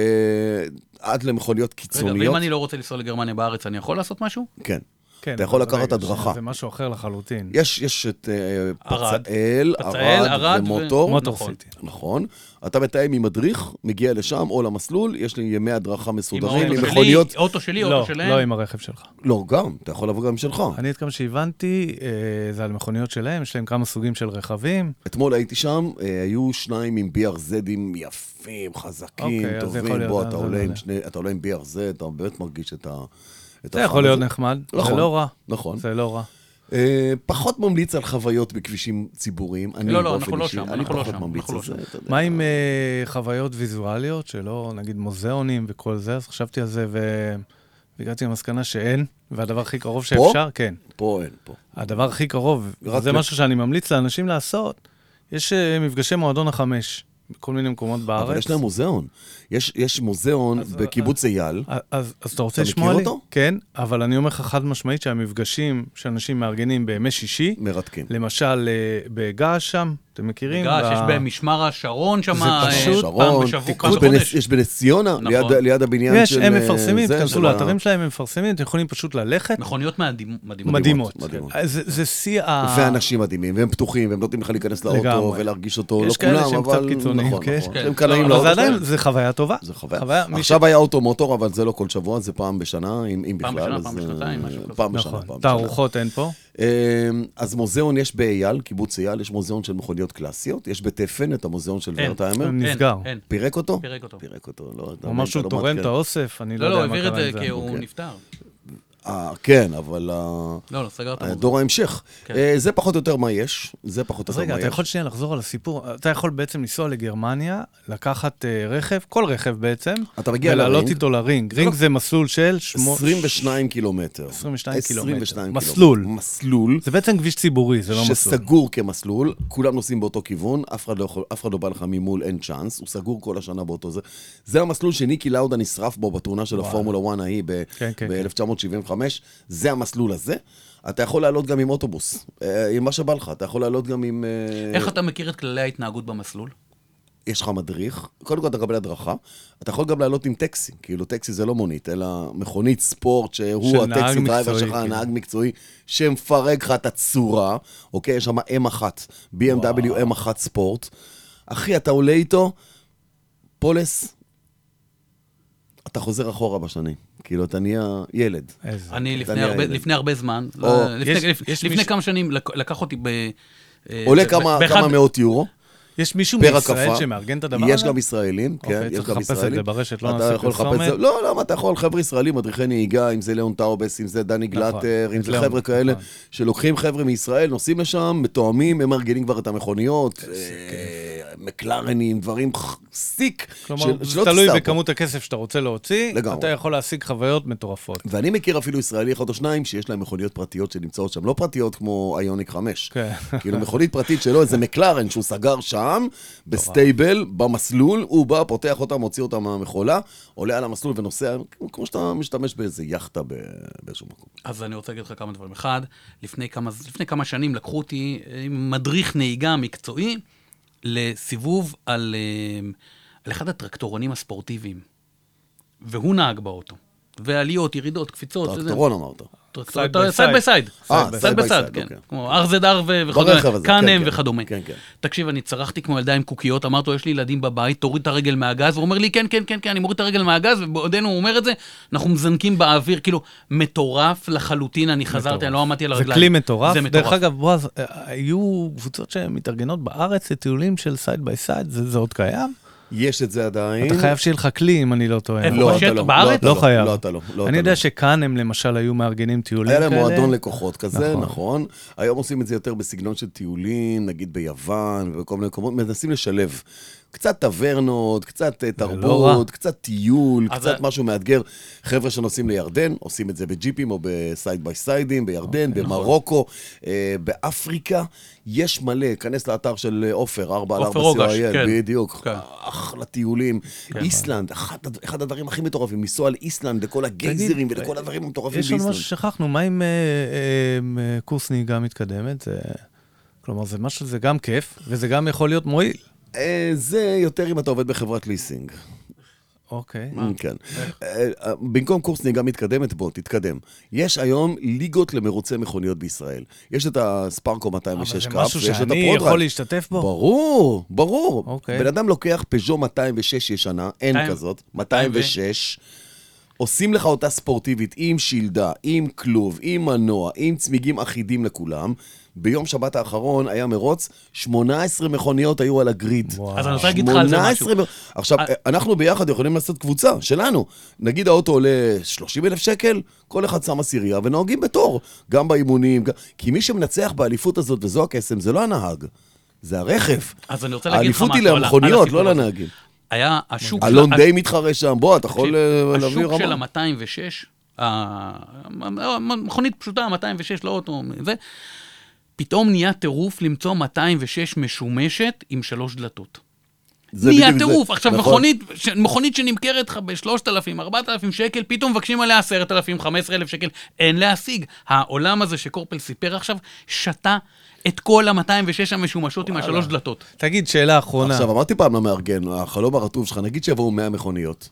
Speaker 3: עד למכוניות
Speaker 2: רגע, ואם
Speaker 3: קיצוניות.
Speaker 2: אני לא רוצה לנסוע לגרמניה בארץ, אני יכול לעשות משהו?
Speaker 3: כן.
Speaker 1: כן.
Speaker 3: אתה יכול
Speaker 1: אבל
Speaker 3: לקחת
Speaker 1: רגע,
Speaker 3: הדרכה.
Speaker 1: זה משהו אחר לחלוטין.
Speaker 3: יש, יש את אה,
Speaker 2: ערד.
Speaker 3: פצאל,
Speaker 2: פצאל, ערד
Speaker 3: ערד
Speaker 2: ו-
Speaker 3: ומוטור.
Speaker 1: מוטור
Speaker 2: נכון.
Speaker 1: סיטי.
Speaker 3: נכון. אתה מתאם עם מדריך, מגיע לשם או למסלול, יש לי ימי הדרכה
Speaker 2: עם
Speaker 3: מסודרים,
Speaker 2: האוטו
Speaker 3: עם
Speaker 2: שלי,
Speaker 3: מכוניות...
Speaker 2: אוטו שלי,
Speaker 1: לא,
Speaker 2: אוטו שלהם?
Speaker 1: לא עם הרכב שלך.
Speaker 3: לא, גם, אתה יכול לבוא גם עם שלך.
Speaker 1: אני עד כמה שהבנתי, אה, זה על מכוניות שלהם, יש להם כמה סוגים של רכבים.
Speaker 3: אתמול הייתי שם, אה, היו שניים עם BRZים יפים, חזקים,
Speaker 1: אוקיי, אז זה יכול
Speaker 3: טובים.
Speaker 1: להיות,
Speaker 3: בוא,
Speaker 1: זה-
Speaker 3: אתה
Speaker 1: זה
Speaker 3: עולה
Speaker 1: לא
Speaker 3: עם
Speaker 1: יודע.
Speaker 3: שני, אתה עולה עם BRZ, אתה באמת מרגיש את ה... את
Speaker 1: זה
Speaker 3: הפאן
Speaker 1: יכול להיות
Speaker 3: הזה.
Speaker 1: נחמד, זה
Speaker 3: נכון,
Speaker 1: לא רע.
Speaker 3: נכון.
Speaker 1: זה לא רע.
Speaker 3: אה, פחות ממליץ על חוויות בכבישים ציבוריים. אני
Speaker 2: לא, לא,
Speaker 3: באופן
Speaker 2: אנחנו לא
Speaker 3: אישי,
Speaker 2: שם,
Speaker 3: אני
Speaker 2: אנחנו לא
Speaker 3: פחות
Speaker 2: שם,
Speaker 3: ממליץ
Speaker 2: אנחנו
Speaker 3: על
Speaker 2: לא
Speaker 3: זה,
Speaker 2: שם.
Speaker 3: אתה יודע.
Speaker 1: מה עם אה, חוויות ויזואליות שלא, נגיד מוזיאונים וכל זה, אז חשבתי על זה ו- והגעתי למסקנה שאין, והדבר הכי קרוב שאפשר, כן.
Speaker 3: פה אין, פה.
Speaker 1: הדבר הכי קרוב,
Speaker 3: רק
Speaker 1: זה
Speaker 3: ל-
Speaker 1: משהו שאני ממליץ לאנשים לעשות, יש אה, מפגשי מועדון החמש, בכל מיני מקומות בארץ.
Speaker 3: אבל יש להם מוזיאון. יש יש מוזיאון בקיבוץ אייל.
Speaker 1: אז, אז אתה רוצה
Speaker 3: אתה
Speaker 1: לשמוע לי?
Speaker 3: מכיר אותו?
Speaker 1: כן, אבל אני אומר לך חד משמעית שהמפגשים שאנשים מארגנים בימי שישי,
Speaker 3: מרתקים.
Speaker 1: למשל אה, בגעש שם, אתם מכירים?
Speaker 2: בגלל
Speaker 1: ב-
Speaker 2: שיש בהם משמר השרון שם, אה,
Speaker 1: פשוט
Speaker 2: פעם
Speaker 3: שרון,
Speaker 2: בשבוע, פעם
Speaker 3: יש בנס-
Speaker 2: בחודש.
Speaker 3: יש בנס ציונה,
Speaker 2: נכון.
Speaker 3: ליד- ליד הבניין
Speaker 1: יש,
Speaker 3: של...
Speaker 1: הם
Speaker 3: אה,
Speaker 1: מפרסמים,
Speaker 3: זה,
Speaker 1: תיכנסו
Speaker 3: של ה-
Speaker 1: לאתרים שלהם, הם מפרסמים, אתם יכולים פשוט ללכת.
Speaker 2: מכוניות נכון, מדהימ- מדהימות.
Speaker 1: מדהימות.
Speaker 3: מדהימות.
Speaker 1: אז זה זה שיא ה...
Speaker 3: ואנשים מדהימים, והם פתוחים, והם נותנים לך להיכנס לאוטו
Speaker 1: אה, לגמרי.
Speaker 3: ולהרגיש אותו, לא
Speaker 1: יש כאלה
Speaker 3: כולם,
Speaker 1: שהם קצת
Speaker 3: אבל...
Speaker 1: קיצוניים,
Speaker 3: נכון,
Speaker 1: כן,
Speaker 3: נכון.
Speaker 2: כן.
Speaker 3: הם קנאים
Speaker 2: אבל
Speaker 1: אבל זה
Speaker 3: לאוטו
Speaker 1: עדיין,
Speaker 3: שלהם.
Speaker 1: זה חוויה טובה.
Speaker 3: זה חוויה.
Speaker 1: חוויה, מי ש-
Speaker 3: עכשיו היה אוטו מוטור, אבל זה לא כל שבוע, זה פעם בשנה, אם אם
Speaker 2: פעם
Speaker 3: בכלל.
Speaker 2: בשנה,
Speaker 3: אז,
Speaker 2: פעם
Speaker 3: אה,
Speaker 2: בשנתיים, משהו כזה.
Speaker 3: פעם בשנה,
Speaker 1: נכון,
Speaker 3: פעם לא בשנה.
Speaker 1: תערוכות אין פה.
Speaker 3: אמ, אז מוזיאון יש באייל, קיבוץ אייל, יש מוזיאון של מכוניות קלאסיות, יש בתפן את המוזיאון של
Speaker 2: אין,
Speaker 3: ורטהיימר.
Speaker 1: אין.
Speaker 2: אין,
Speaker 1: נסגר.
Speaker 2: אין.
Speaker 3: פירק אותו?
Speaker 2: פירק אותו.
Speaker 3: פירק אותו, לא... אתה
Speaker 1: הוא
Speaker 3: לא
Speaker 1: אמר שהוא
Speaker 3: מעדכן.
Speaker 1: תורם את האוסף, אני לא
Speaker 2: לא, לא,
Speaker 1: יודע מה
Speaker 2: העביר את
Speaker 1: קרה עם
Speaker 2: זה כי
Speaker 1: זה.
Speaker 2: הוא
Speaker 3: אוקיי.
Speaker 2: נפטר.
Speaker 3: אה, כן, אבל ה-
Speaker 2: לא, לא, סגר את המוזיאון.
Speaker 3: אה, דור ההמשך.
Speaker 2: כן.
Speaker 3: אה, זה פחות או יותר מה יש, זה פחות או
Speaker 1: אז
Speaker 3: יותר
Speaker 1: רגע,
Speaker 3: מה
Speaker 1: אתה
Speaker 3: יש.
Speaker 1: יכול שנייה לחזור על הסיפור. אתה יכול בעצם לנסוע לגרמניה, לקחת אה, רכב, כל רכב בעצם,
Speaker 3: אתה מגיע
Speaker 1: ולעלות
Speaker 3: לרינג. לא-
Speaker 1: איתו לרינג. רינג זה מסלול של שמו-
Speaker 3: 22 קילומטר.
Speaker 1: 22 קילומטר.
Speaker 3: 22 קילומטר.
Speaker 1: מסלול.
Speaker 3: מסלול.
Speaker 1: זה בעצם כביש ציבורי, זה לא מסלול.
Speaker 3: שסגור כמסלול, כולם נוסעים באותו כיוון, אף אחד, לא יכול, אף אחד לא בא לך ממול, אין צ'אנס, הוא סגור כל השנה באותו זה. זה המסלול שניקי לאודה נשרף בו בתאונה של הפורמולה 1 ההיא ב-1975,
Speaker 1: כן, כן,
Speaker 3: זה המסלול הזה. אתה יכול לעלות גם עם אוטובוס, אה, עם מה שבא לך, אתה יכול לעלות גם עם... אה,
Speaker 2: איך אתה מכיר את כללי ההתנהגות במסלול?
Speaker 3: יש לך מדריך, קודם כל אתה מקבל הדרכה, אתה יכול גם לעלות עם טקסי, כאילו טקסי זה לא מונית, אלא מכונית ספורט,
Speaker 1: של
Speaker 3: שהוא
Speaker 1: נהג
Speaker 3: הטקסי דרייבר
Speaker 1: מקצועי,
Speaker 3: שלך,
Speaker 1: כאילו.
Speaker 3: נהג מקצועי, שמפרק לך את הצורה, אוקיי? יש שם M1, BMW M1 ספורט. אחי, אתה עולה איתו, פולס, אתה חוזר אחורה בשנים. כאילו, אתה נהיה ילד.
Speaker 1: איזה.
Speaker 2: אני לפני
Speaker 3: נהיה
Speaker 2: הרבה-
Speaker 3: ילד.
Speaker 2: לפני הרבה זמן,
Speaker 3: או,
Speaker 2: לא, לפני-
Speaker 1: יש-
Speaker 2: לפ-
Speaker 1: יש
Speaker 2: לפני
Speaker 1: מישהו-
Speaker 2: כמה שנים לק- לקח אותי ב... אה,
Speaker 3: עולה
Speaker 2: ב-
Speaker 3: כמה
Speaker 2: באחד-
Speaker 3: כמה מאות יורו.
Speaker 1: יש מישהו
Speaker 3: פר
Speaker 1: מישראל
Speaker 3: הקפה.
Speaker 1: שמארגן את הדבר הזה?
Speaker 3: יש גם ישראלים,
Speaker 1: אוקיי,
Speaker 3: כן, יש
Speaker 1: צריך
Speaker 3: גם
Speaker 1: לחפש את
Speaker 3: ישראלים.
Speaker 1: זה ברשת, לא
Speaker 3: אתה
Speaker 1: נעשה
Speaker 3: יכול לחפש את זה.
Speaker 1: פרסומת.
Speaker 3: לא, למה אתה יכול, חבר'ה ישראלים, מדריכי נהיגה, אם זה ליאון טאובס, אם זה דני
Speaker 1: נכון,
Speaker 3: גלטר, אם
Speaker 1: את
Speaker 3: זה
Speaker 1: ליאון,
Speaker 3: חבר'ה כאלה,
Speaker 1: נכון.
Speaker 3: שלוקחים חבר'ה מישראל, נוסעים לשם, מתואמים, הם מארגנים כבר את המכוניות, אה, מקלרנים, דברים ח- סיק,
Speaker 1: כלומר,
Speaker 3: של-
Speaker 1: זה
Speaker 3: שלא
Speaker 1: תלוי
Speaker 3: תיסע פה.
Speaker 1: בכמות הכסף שאתה רוצה להוציא,
Speaker 3: לגמרי.
Speaker 1: אתה יכול להשיג חוויות מטורפות.
Speaker 3: ואני מכיר אפילו ישראלי אחד או שניים שיש להם מכוניות פרטיות שנמצאות שם, לא פרטיות כמו איוניק 5.
Speaker 1: כן.
Speaker 3: כאילו מכונית פרטית שלו, איזה מקלרן שהוא סגר שם, בסטייבל, במסלול, הוא בא, פותח אותה, מוציא אותה מהמכולה, עולה על המסלול ונוסע, כמו- כמו שאתה משתמש באיזה יאכטה ב- באיזשהו מקום.
Speaker 2: אז אני רוצה להגיד לך כמה דברים. אחד, לפני כמה, לפני כמה שנים לקחו אותי אה, עם מדריך נהיגה מקצועי לסיבוב על, אה, על אחד הטרקטורונים הספורטיביים, והוא נהג באוטו. ועליות, ירידות, קפיצות. וזה.
Speaker 3: טרקטורון אמרת.
Speaker 1: Side by
Speaker 2: טרקטורון, סייד ביי
Speaker 1: side.
Speaker 2: סייד.
Speaker 3: אה,
Speaker 2: סייד ביי סייד,
Speaker 3: אוקיי.
Speaker 2: כן. כמו RZR ו-
Speaker 3: ברכב
Speaker 2: וכדומה,
Speaker 3: הזה, כן,
Speaker 2: קאנם
Speaker 3: כן.
Speaker 2: וכדומה.
Speaker 3: כן, כן.
Speaker 2: תקשיב, אני צרחתי כמו ילדה עם קוקיות, אמרתי לו, יש לי ילדים בבית, תוריד את הרגל מהגז, הוא אומר לי, כן, כן, כן, כן, אני מוריד את הרגל מהגז, ובעודנו הוא אומר את זה, אנחנו מזנקים באוויר, כאילו, מטורף לחלוטין, אני חזרתי, אני לא עמדתי על
Speaker 1: זה
Speaker 2: הרגליים.
Speaker 1: כלי מטורף.
Speaker 2: זה
Speaker 1: דרך אגב, בועז, אה, היו קבוצות שמתארגנות בארץ לטיולים של סייד ביי סייד, זה זה עוד קיים?
Speaker 3: יש את זה עדיין.
Speaker 1: אתה חייב שיהיה לך כלי, אם אני לא טועה.
Speaker 2: איפה?
Speaker 1: נכון?
Speaker 2: בשטח,
Speaker 3: אתה
Speaker 2: בארץ?
Speaker 3: אתה
Speaker 1: לא חייב.
Speaker 3: לא, אתה לא. לא,
Speaker 1: אני
Speaker 3: אתה
Speaker 1: יודע
Speaker 3: לא.
Speaker 1: שכאן הם למשל היו מארגנים טיולים כאלה.
Speaker 3: היה להם מועדון לקוחות כזה,
Speaker 1: נכון.
Speaker 3: נכון. נכון. היום עושים את זה יותר בסגנון של טיולים, נגיד ביוון ובכל מיני מקומות, מנסים לשלב. קצת טברנות, קצת אה,
Speaker 1: לא רע.
Speaker 3: תרבות, קצת טיול,
Speaker 2: אז
Speaker 3: קצת
Speaker 2: ה-
Speaker 3: משהו מאתגר. חבר'ה שנוסעים לירדן, עושים את זה בג'יפים או בסייד ביי סיידים, בירדן,
Speaker 1: אוקיי, נכון.
Speaker 3: במרוקו, אה, באפריקה. יש מלא, כנס לאתר של אה, עופר, 4 על 4
Speaker 2: עופר רוגש,
Speaker 3: COIL,
Speaker 2: כן.
Speaker 3: בדיוק.
Speaker 2: כן.
Speaker 3: אחלה
Speaker 1: כן,
Speaker 3: טיולים.
Speaker 1: נכון.
Speaker 3: איסלנד, אחד הד- אחד הדברים הכי מטורפים, לנסוע על איסלנד לכל הגייזרים ולכל הדברים המטורפים
Speaker 1: יש עוד
Speaker 3: באיסלנד.
Speaker 1: משהו ששכחנו, מה עם אה, אה, אה, קורס נהיגה מתקדמת? זה- כלומר, זה משהו, זה גם כיף, וזה גם יכול להיות מועיל.
Speaker 3: אה, זה יותר אם אתה עובד בחברת ליסינג.
Speaker 1: אוקיי.
Speaker 3: Mm, כן. אה, אה, במקום קורס נהיגה מתקדמת, בוא, תתקדם. יש היום ליגות למרוצי מכוניות בישראל. יש את הספארקו 206
Speaker 1: אבל
Speaker 3: קאפ,
Speaker 1: זה משהו
Speaker 3: ויש את
Speaker 1: שאני
Speaker 3: הפרודרייב.
Speaker 1: יכול להשתתף בו?
Speaker 3: ברור, ברור.
Speaker 1: אוקיי.
Speaker 3: בן אדם לוקח פז'ו 206 ישנה, אין
Speaker 2: מאתיים-
Speaker 3: כזאת, 206. עושים לך אותה ספורטיבית עם שלדה, עם כלוב, עם מנוע, עם צמיגים אחידים לכולם. ביום שבת האחרון היה מרוץ, 18 מכוניות היו על הגריד.
Speaker 1: וואו.
Speaker 2: אז אני רוצה להגיד לך על זה
Speaker 3: 18
Speaker 2: משהו.
Speaker 3: מ- עכשיו,
Speaker 2: אה.
Speaker 3: אנחנו ביחד יכולים לעשות קבוצה, שלנו. נגיד האוטו עולה 30 אלף שקל, כל אחד שם עשירייה ונוהגים בתור, גם באימונים. גם- כי מי שמנצח באליפות הזאת, וזו הקסם, זה לא הנהג, זה הרכב.
Speaker 2: אז אני רוצה להגיד לך משהו.
Speaker 3: האליפות היא
Speaker 2: על ה- על
Speaker 3: למכוניות,
Speaker 2: הסיפור
Speaker 3: לא
Speaker 2: הזה.
Speaker 3: לנהגים.
Speaker 2: היה השוק... של-
Speaker 3: אלון דיי מתחרה שם, בוא, אתה יכול אה,
Speaker 2: תקשיב,
Speaker 3: להביא
Speaker 2: השוק של
Speaker 3: רמה.
Speaker 2: ה-206, המכונית פשוטה, 206 לאוטו, זה, פתאום נהיה טירוף למצוא 206 משומשת עם שלוש דלתות.
Speaker 3: זה
Speaker 2: נהיה
Speaker 3: בדיוק זה,
Speaker 2: טירוף. עכשיו,
Speaker 3: נכון.
Speaker 2: מכונית, ש- מכונית שנמכרת לך ב-3,000, 4,000 שקל, פתאום מבקשים עליה 10,000, 15,000 שקל. אין להשיג. העולם הזה שקורפל סיפר עכשיו, שתה את כל ה-206 המשומשות עם השלוש דלתות.
Speaker 1: תגיד, שאלה אחרונה.
Speaker 3: עכשיו, אמרתי פעם למארגן, החלום הרטוב שלך, נגיד שיבואו 100 מכוניות.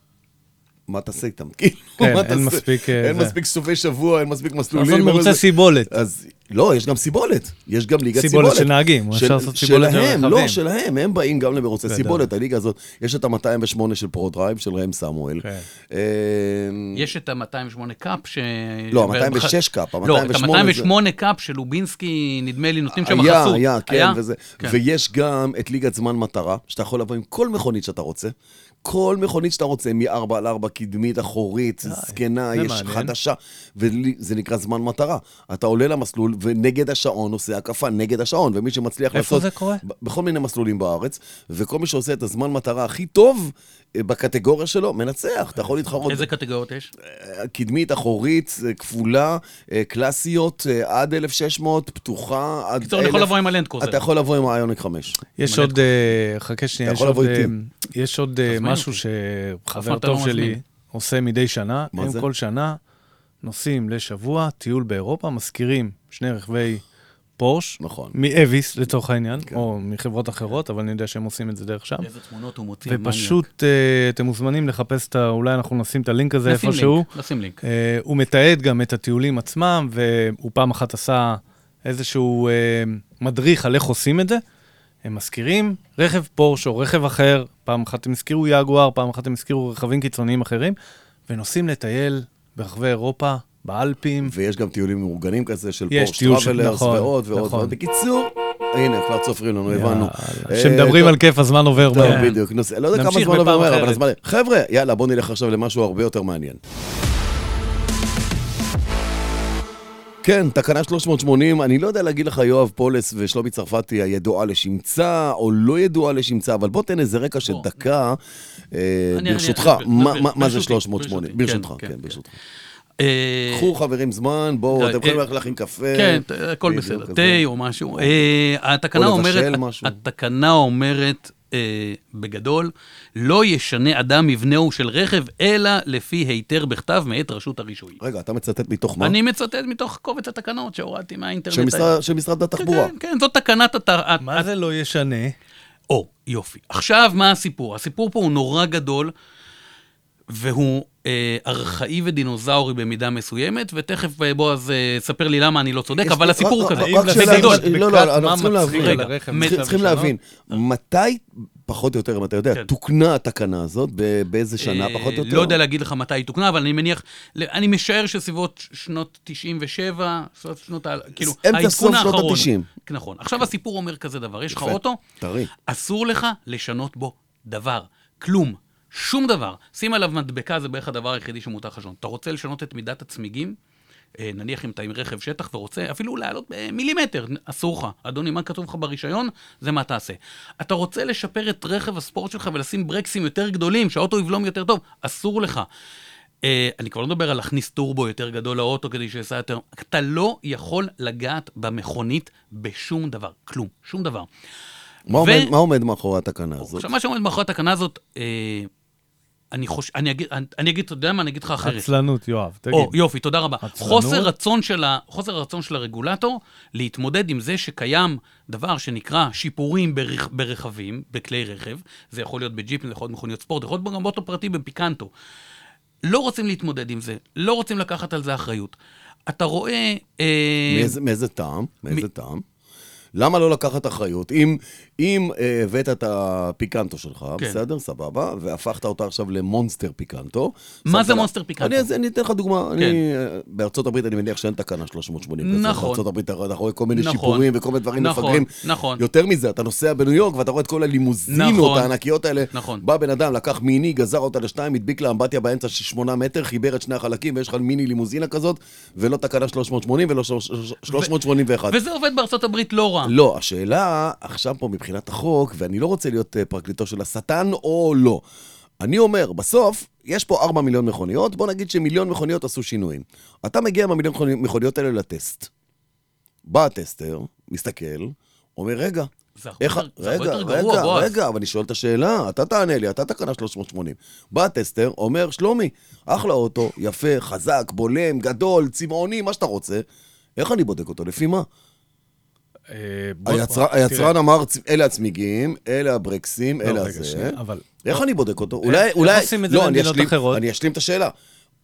Speaker 3: מה תעשה איתם? כאילו,
Speaker 1: כן,
Speaker 3: מה
Speaker 1: אין
Speaker 3: תעשה?
Speaker 1: מספיק, אה,
Speaker 3: אין
Speaker 1: זה.
Speaker 3: מספיק סופי שבוע, אין מספיק מסלולים.
Speaker 1: לעשות
Speaker 3: אין
Speaker 1: מרוצה
Speaker 3: איזה-
Speaker 1: סיבולת.
Speaker 3: אז לא, יש גם סיבולת. יש גם ליגת
Speaker 1: סיבולת
Speaker 3: סיבולת.
Speaker 1: של נהגים, אפשר לעשות סיבולת
Speaker 3: שלהם,
Speaker 1: לרכבים.
Speaker 3: לא, שלהם, הם באים גם למרוצי
Speaker 1: בסדר.
Speaker 3: סיבולת, הליגה הזאת. יש את ה-208 של פרו-דרייב, של ראם סמואל.
Speaker 1: כן.
Speaker 3: אה,
Speaker 2: יש את ה-208 קאפ ש...
Speaker 3: לא, ה-206 קאפ, ה-
Speaker 2: לא, את
Speaker 3: 208 זה-
Speaker 2: ה-208 קאפ שלובינסקי, נדמה לי, נותנים שם
Speaker 3: היה,
Speaker 2: חסות.
Speaker 3: היה, כן,
Speaker 2: היה?
Speaker 3: וזה.
Speaker 2: כן.
Speaker 3: ויש גם את ליגת זמן מטרה, שאתה יכול לבוא עם כל מכונית שאתה רוצה. כל מכונית שאתה רוצה, מ-4 על 4, קדמית, אחורית, זקנה,
Speaker 1: זה
Speaker 3: יש
Speaker 1: מעניין.
Speaker 3: חדשה, וזה נקרא זמן מטרה. אתה עולה למסלול, ונגד השעון עושה הקפה, נגד השעון, ומי שמצליח
Speaker 1: איפה
Speaker 3: לעשות...
Speaker 1: זה קורה?
Speaker 3: ב- בכל מיני מסלולים בארץ, וכל מי שעושה את הזמן מטרה הכי טוב אה, בקטגוריה שלו, מנצח, אתה יכול להתחרות.
Speaker 2: איזה קטגוריות יש?
Speaker 3: אה, קדמית, אחורית, אה, כפולה, אה, קלאסיות, אה, עד 1,600, פתוחה, עד 1,000.
Speaker 2: בקיצור, אתה יכול לבוא עם הלנד קרוזר.
Speaker 3: אתה יכול לבוא עם האיוניק 5.
Speaker 1: יש עוד, אה, חכה שנייה,
Speaker 3: אתה
Speaker 1: יש
Speaker 3: יכול
Speaker 1: עוד,
Speaker 3: לבוא
Speaker 1: אה,
Speaker 3: איתי.
Speaker 1: יש עוד אה,
Speaker 2: תזמין
Speaker 1: משהו
Speaker 2: אותי.
Speaker 1: שחבר
Speaker 2: אתה
Speaker 1: טוב
Speaker 2: לא
Speaker 1: שלי
Speaker 2: מזמין.
Speaker 1: עושה מדי שנה.
Speaker 3: מה
Speaker 1: הם
Speaker 3: זה?
Speaker 1: כל שנה נוסעים לשבוע טיול באירופה, משכירים שני רכבי פורש,
Speaker 3: נכון. כן.
Speaker 1: מאביס לצורך העניין, או מחברות אחרות, אבל אני יודע שהם עושים את זה דרך שם.
Speaker 2: איזה תמונות הוא מוציא, מניאק.
Speaker 1: ופשוט אה, אתם מוזמנים לחפש את ה... אולי אנחנו נשים את הלינק הזה
Speaker 2: נשים
Speaker 1: איפשהו.
Speaker 2: לינק, נשים לינק.
Speaker 1: אה, הוא מתעד גם את הטיולים עצמם, והוא פעם אחת עשה איזשהו אה, מדריך על איך עושים את זה. הם מזכירים רכב פורש או רכב אחר, פעם אחת הם הזכירו יגואר, פעם אחת הם הזכירו רכבים קיצוניים אחרים, ונוסעים לטייל ברחבי אירופה, באלפים.
Speaker 3: ויש גם טיולים מאורגנים כזה של
Speaker 1: יש
Speaker 3: פורש
Speaker 1: טיול של-
Speaker 3: טראבלרס
Speaker 1: נכון,
Speaker 3: ועוד ועוד
Speaker 1: נכון.
Speaker 3: ועוד. בקיצור, הנה, כבר צופרים לנו, הבנו.
Speaker 1: יאללה,
Speaker 3: אה,
Speaker 1: כשמדברים
Speaker 3: טוב,
Speaker 1: על כיף הזמן עובר
Speaker 3: טוב,
Speaker 1: מהר.
Speaker 3: בדיוק. נוס- לא יודע כמה
Speaker 1: נמשיך
Speaker 3: זמן
Speaker 1: בפעם
Speaker 3: עובר מהר, אבל
Speaker 1: אחרת.
Speaker 3: הזמן... חבר'ה, יאללה, בואו נלך עכשיו למשהו הרבה יותר מעניין. כן, תקנה 380, אני לא יודע להגיד לך, יואב פולס ושלומי צרפתי הידועה לשמצה או לא ידועה לשמצה, אבל בוא תן איזה רקע של
Speaker 2: בוא.
Speaker 3: דקה, אה,
Speaker 2: אני-
Speaker 3: ברשותך,
Speaker 2: אני-
Speaker 3: מה-
Speaker 2: ברשותי,
Speaker 3: מה- מה זה
Speaker 2: ברשותי,
Speaker 3: 380?
Speaker 2: ברשותי,
Speaker 3: ברשותך,
Speaker 2: כן,
Speaker 3: כן,
Speaker 2: כן.
Speaker 3: ברשותך.
Speaker 2: אה,
Speaker 3: קחו חברים זמן, בואו,
Speaker 2: אה,
Speaker 3: אתם יכולים
Speaker 2: אה,
Speaker 3: ללכת לך עם קפה.
Speaker 2: כן, ת- הכל
Speaker 3: בדיוק,
Speaker 2: בסדר,
Speaker 3: כזה.
Speaker 2: תה או משהו. אה, התקנה
Speaker 3: או לבשל
Speaker 2: אומרת,
Speaker 3: משהו.
Speaker 2: התקנה אומרת, אה, בגדול, לא ישנה אדם מבנהו של רכב, אלא לפי היתר בכתב מאת רשות הרישוי.
Speaker 3: רגע, אתה מצטט מתוך מה?
Speaker 2: אני מצטט מתוך קובץ התקנות שהורדתי מהאינטרנט.
Speaker 3: של משרד- של משרד
Speaker 2: כן,
Speaker 3: התחבורה.
Speaker 2: כן, כן, זאת תקנת התר...
Speaker 1: מה זה לא ישנה?
Speaker 2: או, יופי. עכשיו, מה הסיפור? הסיפור פה הוא נורא גדול, והוא אה, ארכאי ודינוזאורי במידה מסוימת, ותכף אה, בועז אה, ספר לי למה אני לא צודק,
Speaker 3: יש-
Speaker 2: אבל הסיפור הוא
Speaker 3: רק-
Speaker 2: כזה.
Speaker 3: רק- רק
Speaker 1: אם
Speaker 3: שאלה,
Speaker 1: לשים
Speaker 2: בגדול.
Speaker 1: מדבקת
Speaker 3: לא, לא, אנחנו
Speaker 1: מה
Speaker 3: צריכים להבין.
Speaker 1: מצהיר
Speaker 2: רגע,
Speaker 1: על הרכב,
Speaker 2: מת-
Speaker 1: אפשר
Speaker 3: צריכים
Speaker 1: לשנות?
Speaker 3: להבין, מתי, פחות או יותר, אם אתה יודע,
Speaker 2: אה. כן.
Speaker 3: תוקנה התקנה הזאת, ב- באיזה שנה,
Speaker 2: אה,
Speaker 3: פחות או יותר?
Speaker 2: לא יודע להגיד לך מתי היא תוקנה, אבל אני מניח, אני משער שסביבות שנות 97, סוף שנות ה... כאילו,
Speaker 3: אמצע
Speaker 2: העדכון
Speaker 3: סוף שנות
Speaker 2: האחרון.
Speaker 3: ה-תשעים.
Speaker 2: נכון. עכשיו הסיפור אומר כזה דבר, יש לך
Speaker 3: יפה.
Speaker 2: אוטו,
Speaker 3: טרי.
Speaker 2: אסור לך לשנות בו דבר, כלום, שום דבר. שים עליו מדבקה, זה בערך הדבר היחידי שמותר לך לשנות. אתה רוצה לשנות את מידת הצמיגים? אה, נניח אם אתה עם רכב שטח ורוצה אפילו לעלות במילימטר, אסור לך. אדוני, מה כתוב לך ברישיון? זה מה תעשה. אתה רוצה לשפר את רכב הספורט שלך ולשים ברקסים יותר גדולים, שהאוטו יבלום יותר טוב? אסור לך. אה, אני כבר לא מדבר על להכניס טורבו יותר גדול לאוטו כדי שיסע יותר... אתה לא יכול לגעת במכונית בשום דבר, כלום, שום דבר.
Speaker 3: מה
Speaker 2: ו-
Speaker 3: עומד- מה עומד מאחורי התקנה הזאת?
Speaker 2: עכשיו, מה שעומד מאחורי התקנה הזאת, אה, אני חושב, אני אגיד, אני- אני אגיד, אתה יודע מה, אני אגיד לך אחרת.
Speaker 1: עצלנות, יואב, תגיד.
Speaker 2: או, יופי, תודה רבה.
Speaker 1: עצלנות?
Speaker 2: חוסר רצון, של ה, חוסר הרצון של הרגולטור להתמודד עם זה שקיים דבר שנקרא שיפורים ברכ, ברכבים, בכלי רכב, זה יכול להיות בג'יפים, זה יכול להיות מכוניות ספורט, זה יכול להיות גם באוטו פרטי בפיקנטו. לא רוצים להתמודד עם זה, לא רוצים לקחת על זה אחריות. אתה רואה... אה,
Speaker 3: מאיזה- מאיזה טעם? מאיזה טעם? למה לא לקחת אחריות? אם, אם אה, הבאת את הפיקנטו שלך,
Speaker 2: כן.
Speaker 3: בסדר, סבבה, והפכת אותה עכשיו למונסטר פיקנטו.
Speaker 2: מה
Speaker 3: שמת
Speaker 2: זה
Speaker 3: לה-
Speaker 2: מונסטר פיקנטו? כן.
Speaker 3: אני, אז אני אתן לך דוגמה. אני, אה, בארצות הברית אני מניח שאין תקנה 380. כזאת.
Speaker 2: נכון.
Speaker 3: בארצות הברית אתה רואה כל מיני
Speaker 2: נכון.
Speaker 3: שיפורים וכל מיני דברים
Speaker 2: נכון,
Speaker 3: מפגרים.
Speaker 2: נכון.
Speaker 3: יותר מזה, אתה נוסע בניו יורק ואתה רואה את כל הלימוזינות
Speaker 2: נכון.
Speaker 3: הענקיות האלה.
Speaker 2: נכון.
Speaker 3: בא בן אדם, לקח מיני, גזר אותה לשתיים, הדביק לה אמבטיה באמצע של שמונה מטר, חיבר את שני החלקים, ויש לך מיני לימוזינה כזאת, ולא תקנה 380 ולא שלוש- 381.
Speaker 2: וזה עובד בארצות הברית לא רע.
Speaker 3: לא, השאלה עכשיו פה מבחינת החוק, ואני לא רוצה להיות אה, פרקליטו של השטן או לא. אני אומר, בסוף, יש פה 4 מיליון מכוניות, בוא נגיד שמיליון מכוניות עשו שינויים. אתה מגיע עם המיליון מכוניות- מכוניות האלה לטסט. בא הטסטר, מסתכל, אומר, רגע,
Speaker 2: זה הרבה
Speaker 3: איך...
Speaker 2: יותר- זה הרבה
Speaker 3: רגע,
Speaker 2: יותר גרוע,
Speaker 3: רגע,
Speaker 2: בועז.
Speaker 3: רגע, אבל אני שואל את השאלה, אתה תענה לי, אתה תקנה 380. בא טסטר, אומר, שלומי, אחלה אוטו, יפה, חזק, בולם, גדול, צבעוני, מה שאתה רוצה. איך אני בודק אותו? לפי מה?
Speaker 1: אה, בוא-
Speaker 3: היצרן,
Speaker 1: תראה,
Speaker 3: היצרן אמר, "צ- אלה הצמיגים, אלה הברקסים,
Speaker 1: לא,
Speaker 3: אלה
Speaker 1: רגע,
Speaker 3: הזה.
Speaker 1: שנייה, אבל לא.
Speaker 3: איך אני בודק אותו? אולי,
Speaker 1: איך
Speaker 3: אולי...
Speaker 1: עושים את זה
Speaker 3: לא, אני
Speaker 1: במדינות
Speaker 3: אשלים-
Speaker 1: אחרות?
Speaker 3: אני אשלים את השאלה.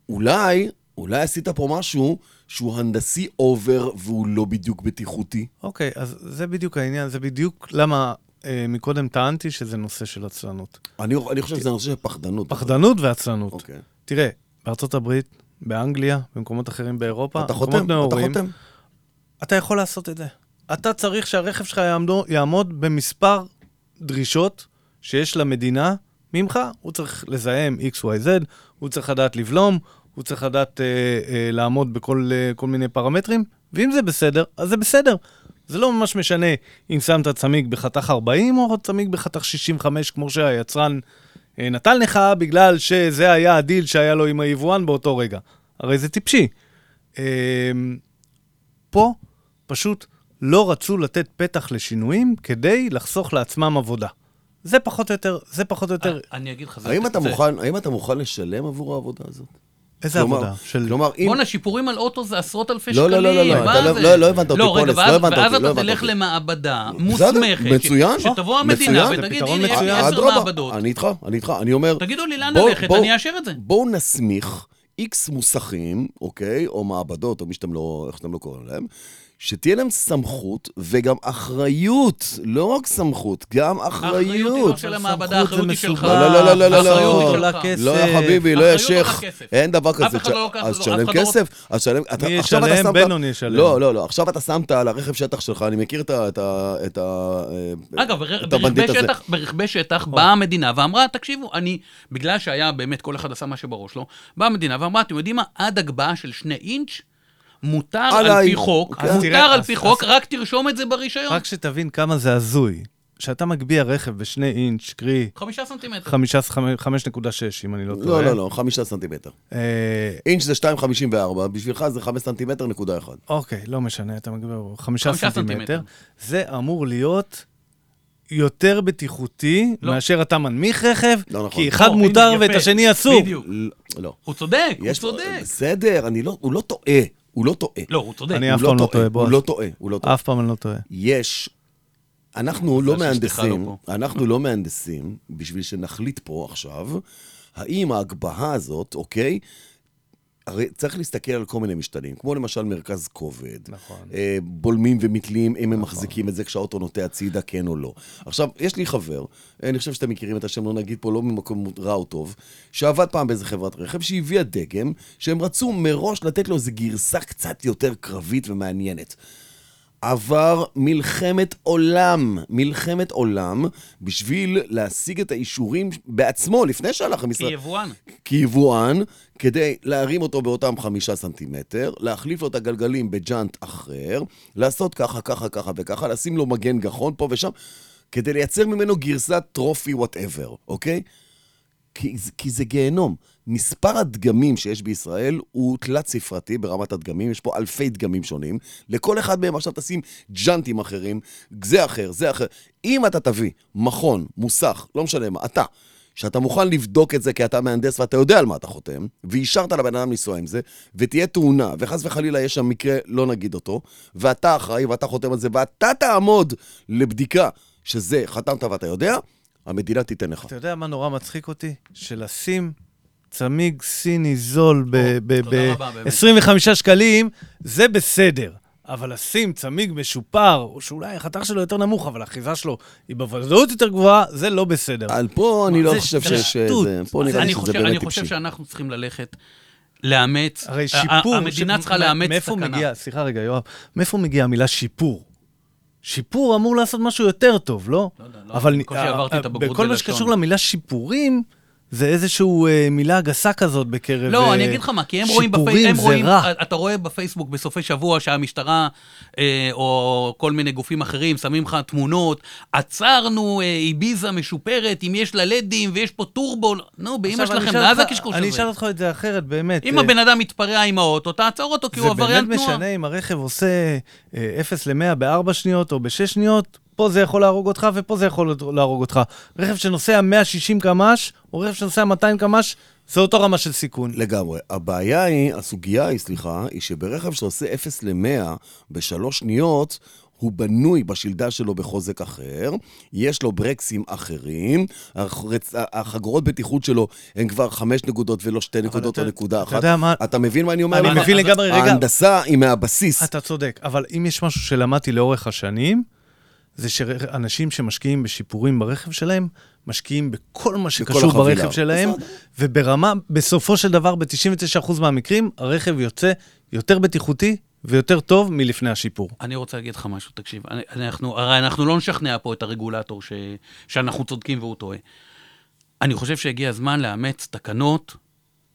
Speaker 3: אולי, אולי עשית פה משהו שהוא הנדסי אובר והוא לא בדיוק בטיחותי?
Speaker 1: אוקיי, אז זה בדיוק העניין, זה בדיוק למה אה, מקודם טענתי שזה נושא של עצלנות.
Speaker 3: אני, אני חושב שזה נושא של פחדנות.
Speaker 1: פחדנות ועצלנות.
Speaker 3: אוקיי.
Speaker 1: תראה, בארצות הברית, באנגליה, במקומות אחרים באירופה,
Speaker 3: אתה
Speaker 1: במקומות
Speaker 3: חותם, אתה
Speaker 1: נאורים,
Speaker 3: חותם.
Speaker 1: אתה יכול לעשות את זה. אתה צריך שהרכב שלך יעמדו, יעמוד במספר דרישות שיש למדינה ממך. הוא צריך לזהם XYZ, הוא צריך לדעת לבלום, הוא צריך לדעת אה, אה, לעמוד בכל אה, כל מיני פרמטרים, ואם זה בסדר, אז זה בסדר. זה לא ממש משנה אם שמת צמיג בחתך 40 או צמיג בחתך 65, כמו שהיצרן אה, נתן לך, בגלל שזה היה הדיל שהיה לו עם היבואן באותו רגע. הרי זה טיפשי. אה, פה פשוט לא רצו לתת פתח לשינויים כדי לחסוך לעצמם עבודה. זה פחות או יותר, זה פחות או יותר,
Speaker 2: אני אגיד לך, זה-
Speaker 3: האם אתה,
Speaker 2: זה-
Speaker 3: מוכן, האם אתה מוכן לשלם עבור העבודה הזאת?
Speaker 1: איזה
Speaker 3: כלומר- לא-
Speaker 1: עבודה? של...
Speaker 3: כלומר, אם...
Speaker 2: בואנה, שיפורים על אוטו זה עשרות אלפי
Speaker 3: לא,
Speaker 2: שקלים.
Speaker 3: לא, לא, לא, לא,
Speaker 2: מה
Speaker 3: אתה לא-
Speaker 2: זה?
Speaker 3: לא, לא הבנת אותי,
Speaker 2: לא, רגע,
Speaker 3: פולס, לא
Speaker 2: ואז-
Speaker 3: הבנת אותי,
Speaker 2: ואז
Speaker 3: לא
Speaker 2: אתה
Speaker 3: הבנת
Speaker 2: תלך
Speaker 3: אותי.
Speaker 2: למעבדה
Speaker 3: בסדר,
Speaker 2: מוסמכת. ש-
Speaker 3: מצוין.
Speaker 2: שתבוא
Speaker 3: מצוין.
Speaker 2: המדינה
Speaker 1: זה
Speaker 2: ותגיד,
Speaker 1: פתרון
Speaker 2: הנה, יש לי
Speaker 1: מצוין.
Speaker 2: עשר
Speaker 3: אדרבה,
Speaker 2: מעבדות.
Speaker 3: אני איתך, אני איתך, אני אומר...
Speaker 2: תגידו לי לאן
Speaker 3: בוא-
Speaker 2: ללכת,
Speaker 3: בוא-
Speaker 2: אני אאשר את זה.
Speaker 3: בואו נסמיך איקס מוסכים, אוקיי? או מעבדות, או מי שאתם לא, איך שאתם לא קוראים להם, שתהיה להם סמכות וגם אחריות, לא רק סמכות, גם
Speaker 2: האחריות היא לא
Speaker 3: אחריות.
Speaker 2: של
Speaker 1: אבל
Speaker 2: המעבדה,
Speaker 1: סמכות זה
Speaker 2: האחריות היא שלך.
Speaker 1: מסובך.
Speaker 3: לא, לא, לא, לא, לא,
Speaker 2: האחריות
Speaker 3: לא.
Speaker 2: היא
Speaker 1: לא,
Speaker 2: שלך.
Speaker 1: כסף.
Speaker 3: לא, יא חביבי, לא,
Speaker 2: אחריות
Speaker 3: יא שייח,
Speaker 2: עולה כסף.
Speaker 3: אין דבר כזה.
Speaker 2: אף אחד לא לוקח-
Speaker 3: אז
Speaker 2: לא,
Speaker 3: תשלם
Speaker 2: אף אחד לא
Speaker 3: כסף, אז תשלם... אתה-
Speaker 1: מי
Speaker 3: עכשיו אתה
Speaker 1: ישלם?
Speaker 3: שמת-
Speaker 1: בינוני ישלם.
Speaker 3: לא, לא, לא, עכשיו אתה שמת על הרכב שטח שלך, אני מכיר את ה... את ה- את ה... אה,
Speaker 2: אגב, בר-
Speaker 3: את הבנדיט
Speaker 2: ברכבי
Speaker 3: הזה.
Speaker 2: שטח,
Speaker 1: נכון.
Speaker 2: ברכבי שטח באה המדינה ואמרה, תקשיבו, אני, בגלל שהיה באמת, כל אחד עשה מה שבראש לו, באה המדינה ואמרה, אתם יודעים מה, עד הגבהה של שני אינץ', מותר על
Speaker 3: עליי.
Speaker 2: פי חוק,
Speaker 3: אוקיי.
Speaker 1: אז
Speaker 2: מותר
Speaker 1: תראה,
Speaker 2: על
Speaker 1: אז-
Speaker 2: פי חוק, רק תרשום את זה ברישיון.
Speaker 1: רק שתבין כמה זה הזוי, שאתה מגביה רכב בשני אינץ', קרי
Speaker 2: חמישה סנטימטר.
Speaker 1: 5, 5.6, אם אני לא טועה.
Speaker 3: לא, לא, לא, חמישה סנטימטר.
Speaker 1: אה,
Speaker 3: אינץ' זה 2.54, בשבילך זה 5 סנטימטר נקודה 1.
Speaker 1: אוקיי, לא משנה, אתה מגביה, חמישה
Speaker 2: חמישה
Speaker 1: סנטימטר.
Speaker 2: סנטימטר.
Speaker 1: זה אמור להיות יותר בטיחותי
Speaker 2: לא.
Speaker 1: מאשר אתה מנמיך רכב,
Speaker 3: לא נכון.
Speaker 1: כי אחד
Speaker 2: או,
Speaker 1: מותר
Speaker 2: הנה, יפה.
Speaker 1: ואת השני אסור.
Speaker 2: בדיוק.
Speaker 3: לא.
Speaker 2: הוא צודק, הוא
Speaker 3: יש-
Speaker 2: צודק.
Speaker 3: בסדר, אני לא, הוא לא טועה. הוא לא טועה.
Speaker 2: לא, הוא צודק.
Speaker 1: אני
Speaker 3: הוא
Speaker 1: אף פעם לא טועה,
Speaker 3: הוא
Speaker 1: בועז.
Speaker 3: לא טועה, הוא לא טועה.
Speaker 1: אף פעם אני לא טועה.
Speaker 3: יש, אנחנו לא
Speaker 2: מזל שאשתך
Speaker 3: מהנדסים,
Speaker 2: לא
Speaker 3: אנחנו לא מהנדסים בשביל שנחליט פה עכשיו, האם ההגבהה הזאת, אוקיי? הרי צריך להסתכל על כל מיני משתנים, כמו למשל מרכז כובד.
Speaker 1: נכון.
Speaker 3: אה, בולמים ומתלים, אם הם מחזיקים את זה כשהאוטו נוטה הצידה, כן או לא. עכשיו, יש לי חבר, אה, אני חושב שאתם מכירים את השם, לא נגיד פה, לא ממקום רע או טוב, שעבד פעם באיזה חברת רכב, שהביאה דגם, שהם רצו מראש לתת לו איזו גרסה קצת יותר קרבית ומעניינת. עבר מלחמת עולם, מלחמת עולם, בשביל להשיג את האישורים בעצמו, לפני שהלך למשרד.
Speaker 2: כיבואן.
Speaker 3: כיבואן, כדי להרים אותו באותם חמישה סנטימטר, להחליף לו את הגלגלים בג'אנט אחר, לעשות ככה, ככה, ככה וככה, לשים לו מגן גחון פה ושם, כדי לייצר ממנו גרסת טרופי וואטאבר, אוקיי? כי, זה- כי זה גיהנום. מספר הדגמים שיש בישראל הוא תלת-ספרתי ברמת הדגמים, יש פה אלפי דגמים שונים. לכל אחד מהם עכשיו תשים ג'אנטים אחרים, זה אחר, זה אחר. אם אתה תביא מכון, מוסך, לא משנה מה, אתה, שאתה מוכן לבדוק את זה כי אתה מהנדס ואתה יודע על מה אתה חותם, ואישרת לבן אדם לנסוע עם זה, ותהיה תאונה, וחס וחלילה יש שם מקרה, לא נגיד אותו, ואתה אחראי ואתה חותם על זה, ואתה תעמוד לבדיקה שזה חתמת ואתה יודע, המדינה תיתן לך.
Speaker 2: נכון.
Speaker 1: אתה יודע מה נורא מצחיק אותי? שלשים צמיג סיני זול
Speaker 2: נכון. תודה רבה, באמת.
Speaker 1: ב-25 שקלים, זה בסדר. אבל לשים צמיג משופר, או שאולי החתך שלו יותר נמוך, אבל האחיזה שלו היא בוודאות יותר גבוהה, זה לא בסדר.
Speaker 3: על פה אני לא
Speaker 1: זה
Speaker 3: חושב
Speaker 1: שטות.
Speaker 3: שיש... איזה- פה
Speaker 1: אז
Speaker 3: נראה לי
Speaker 2: אני
Speaker 3: שזה
Speaker 2: חושב-
Speaker 3: באמת
Speaker 2: אני חושב
Speaker 3: טיפשי.
Speaker 2: שאנחנו צריכים ללכת, לאמץ,
Speaker 1: הרי
Speaker 2: ה- ה-
Speaker 1: שיפור...
Speaker 2: המדינה
Speaker 1: ש-
Speaker 2: צריכה לאמץ
Speaker 1: מאיפה
Speaker 2: סכנה.
Speaker 1: מגיע, סליחה רגע, יואב, מאיפה מגיעה המילה שיפור? שיפור אמור לעשות משהו יותר טוב, לא?
Speaker 2: לא יודע, לא,
Speaker 1: אבל
Speaker 2: בקושי עברתי את הבגרות
Speaker 1: בכל מה
Speaker 2: בלשון.
Speaker 1: שקשור למילה שיפורים, זה איזושהי מילה גסה כזאת בקרב...
Speaker 2: לא,
Speaker 1: אה,
Speaker 2: אני אגיד לך מה, כי הם רואים, בפי...
Speaker 1: שיפורים
Speaker 2: הם
Speaker 1: זה
Speaker 2: רואים אה,
Speaker 1: רע.
Speaker 2: אתה רואה בפייסבוק בסופי שבוע שהמשטרה אה, או כל מיני גופים אחרים שמים לך תמונות, עצרנו אה, איביזה משופרת, אם יש לה לדים ויש פה טורבו, נו, באמא
Speaker 1: עכשיו, אני
Speaker 2: שלכם,
Speaker 1: אשאל
Speaker 2: מה זה
Speaker 1: אותך-
Speaker 2: הקשקוש
Speaker 1: אני
Speaker 2: הזה?
Speaker 1: אשאל אותך את זה אחרת, באמת.
Speaker 2: אם
Speaker 1: אה,
Speaker 2: הבן אדם מתפרע עם האוטו, תעצור אותו כי הוא עבריין
Speaker 1: זה
Speaker 2: תנועה.
Speaker 1: באמת משנה אם הרכב עושה אה, 0 ל-100 ב-4 שניות או ב-6 שניות, פה זה יכול להרוג אותך ופה זה יכול להרוג אותך. רכב שנוסע 160 קמ"ש, או רכב שנוסע 200 קמ"ש, זה אותו רמה של סיכון.
Speaker 3: לגמרי. הבעיה היא, הסוגיה היא, סליחה, היא שברכב שעושה 0 ל-100 בשלוש שניות, הוא בנוי בשלדה שלו בחוזק אחר, יש לו ברקסים אחרים, החרצ- החגורות בטיחות שלו הן כבר חמש נקודות ולא שתי נקודות
Speaker 1: אתה-
Speaker 3: או נקודה
Speaker 1: אתה
Speaker 3: אחת.
Speaker 1: יודע מה-
Speaker 3: אתה מבין מה אני אומר?
Speaker 1: אני
Speaker 3: לך?
Speaker 1: מבין לגמרי, רגע.
Speaker 3: ההנדסה היא מהבסיס.
Speaker 1: אתה צודק, אבל אם יש משהו שלמדתי לאורך השנים, זה שאנשים שמשקיעים בשיפורים ברכב שלהם, משקיעים בכל מה שקשור
Speaker 3: החבילה.
Speaker 1: ברכב שלהם, וברמה, בסופו של דבר, ב-99% מהמקרים, הרכב יוצא יותר בטיחותי ויותר טוב מלפני השיפור.
Speaker 2: אני רוצה להגיד לך משהו, תקשיב. אני- אנחנו, הרי אנחנו לא נשכנע פה את הרגולטור ש, שאנחנו צודקים והוא טועה. אני חושב שהגיע הזמן לאמץ תקנות,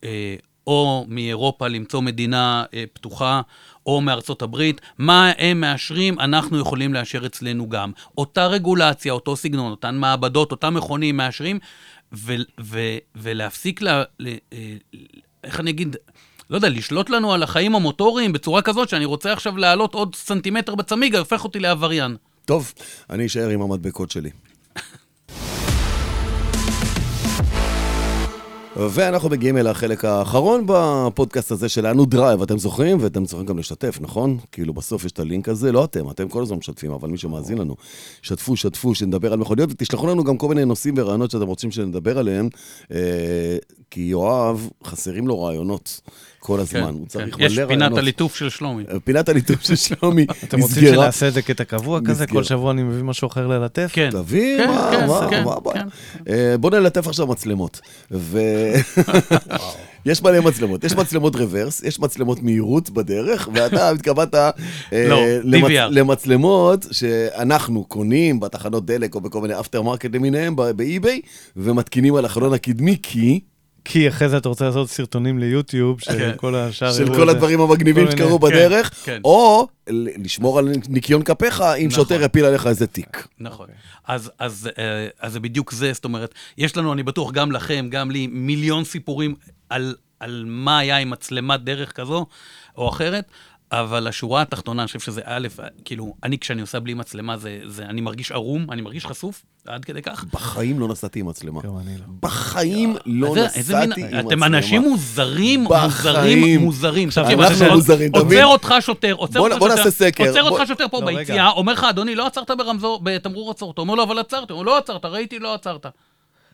Speaker 2: אה, או מאירופה למצוא מדינה אה, פתוחה, או מארצות הברית. מה הם מאשרים, אנחנו יכולים לאשר אצלנו גם. אותה רגולציה, אותו סגנון, אותן מעבדות, אותם מכונים מאשרים, ו, ו, ולהפסיק ל... ל אה, איך אני אגיד? לא יודע, לשלוט לנו על החיים המוטוריים בצורה כזאת שאני רוצה עכשיו לעלות עוד סנטימטר בצמיג, הופך אותי לעבריין.
Speaker 3: טוב, אני אשאר עם המדבקות שלי. ואנחנו מגיעים אל החלק האחרון בפודקאסט הזה שלנו, דרייב, אתם זוכרים? ואתם זוכרים גם לשתף, נכון? כאילו בסוף יש את הלינק הזה, לא אתם, אתם כל הזמן משתפים, אבל מי שמאזין לנו, שתפו, שתפו, שנדבר על מכוניות, ותשלחו לנו גם כל מיני נושאים ורעיונות שאתם רוצים שנדבר עליהם, אה, כי יואב, חסרים לו רעיונות כל הזמן, הוא צריך מלא
Speaker 2: כן, יש
Speaker 3: רעיונות. אה,
Speaker 2: פינת הליטוף של שלומי.
Speaker 3: פינת הליטוף של שלומי נסגרה.
Speaker 1: אתם רוצים שנעשה את זה קטע קבוע כזה?
Speaker 3: נסגר.
Speaker 1: כל שבוע אני מביא משהו אחר ללטף?
Speaker 2: כן.
Speaker 3: תביא,
Speaker 2: כן,
Speaker 3: מה,
Speaker 2: כן,
Speaker 3: מה,
Speaker 2: כן,
Speaker 3: מה הבעיה?
Speaker 2: כן.
Speaker 3: אה, בוא נלטף עכשיו מצלמות. ו... יש מלא מצלמות, יש מצלמות רוורס, יש מצלמות מהירות בדרך, ואתה התכוונת אה,
Speaker 2: לא,
Speaker 3: למצ-
Speaker 2: DVR.
Speaker 3: למצלמות שאנחנו קונים בתחנות דלק או בכל מיני אפטר מרקט למיניהם ב- באי-ביי, ומתקינים על החלון הקדמי, כי
Speaker 1: כי אחרי זה אתה רוצה לעשות סרטונים ליוטיוב של
Speaker 2: כן.
Speaker 1: כל השאר...
Speaker 3: של
Speaker 1: יראו
Speaker 3: כל
Speaker 1: את זה.
Speaker 3: הדברים המגניבים
Speaker 1: כל מיני-
Speaker 3: שקרו בדרך,
Speaker 2: כן.
Speaker 3: או ל- לשמור על ניקיון כפיך אם
Speaker 2: נכון.
Speaker 3: שוטר הפיל עליך איזה תיק.
Speaker 2: נכון. אז, אז, אה, אז זה בדיוק זה, זאת אומרת, יש לנו, אני בטוח, גם לכם, גם לי, מיליון סיפורים על, על מה היה עם מצלמת דרך כזו או אחרת, אבל השורה התחתונה, אני חושב שזה א', כאילו, אני כשאני עושה בלי מצלמה, זה, זה, אני מרגיש ערום, אני מרגיש חשוף, עד כדי כך.
Speaker 3: בחיים לא נסעתי עם מצלמה.
Speaker 2: כן,
Speaker 1: גם אני לא.
Speaker 3: בחיים לא
Speaker 2: אה, איזה-
Speaker 3: נסעתי
Speaker 2: איזה
Speaker 3: עם
Speaker 2: מין-
Speaker 3: מצלמה.
Speaker 2: אתם אנשים מוזרים,
Speaker 3: בחיים.
Speaker 2: מוזרים, מוזרים. תקשיב,
Speaker 3: אנחנו
Speaker 2: אתה-
Speaker 3: מוזרים, אתה מבין?
Speaker 2: עוצר אותך שוטר, עוצר
Speaker 3: בוא-
Speaker 2: אותך
Speaker 3: בוא
Speaker 2: שוטר,
Speaker 3: נעשה סקר,
Speaker 2: עוצר
Speaker 3: בוא-
Speaker 2: אותך שוטר פה
Speaker 1: לא, רגע.
Speaker 2: ביציאה, אומר לך, אדוני, לא עצרת ברמזור, בתמרור עצור, אתה אומר לו, אבל עצרתי, הוא אומר, לא עצרת, ראיתי, לא עצרת.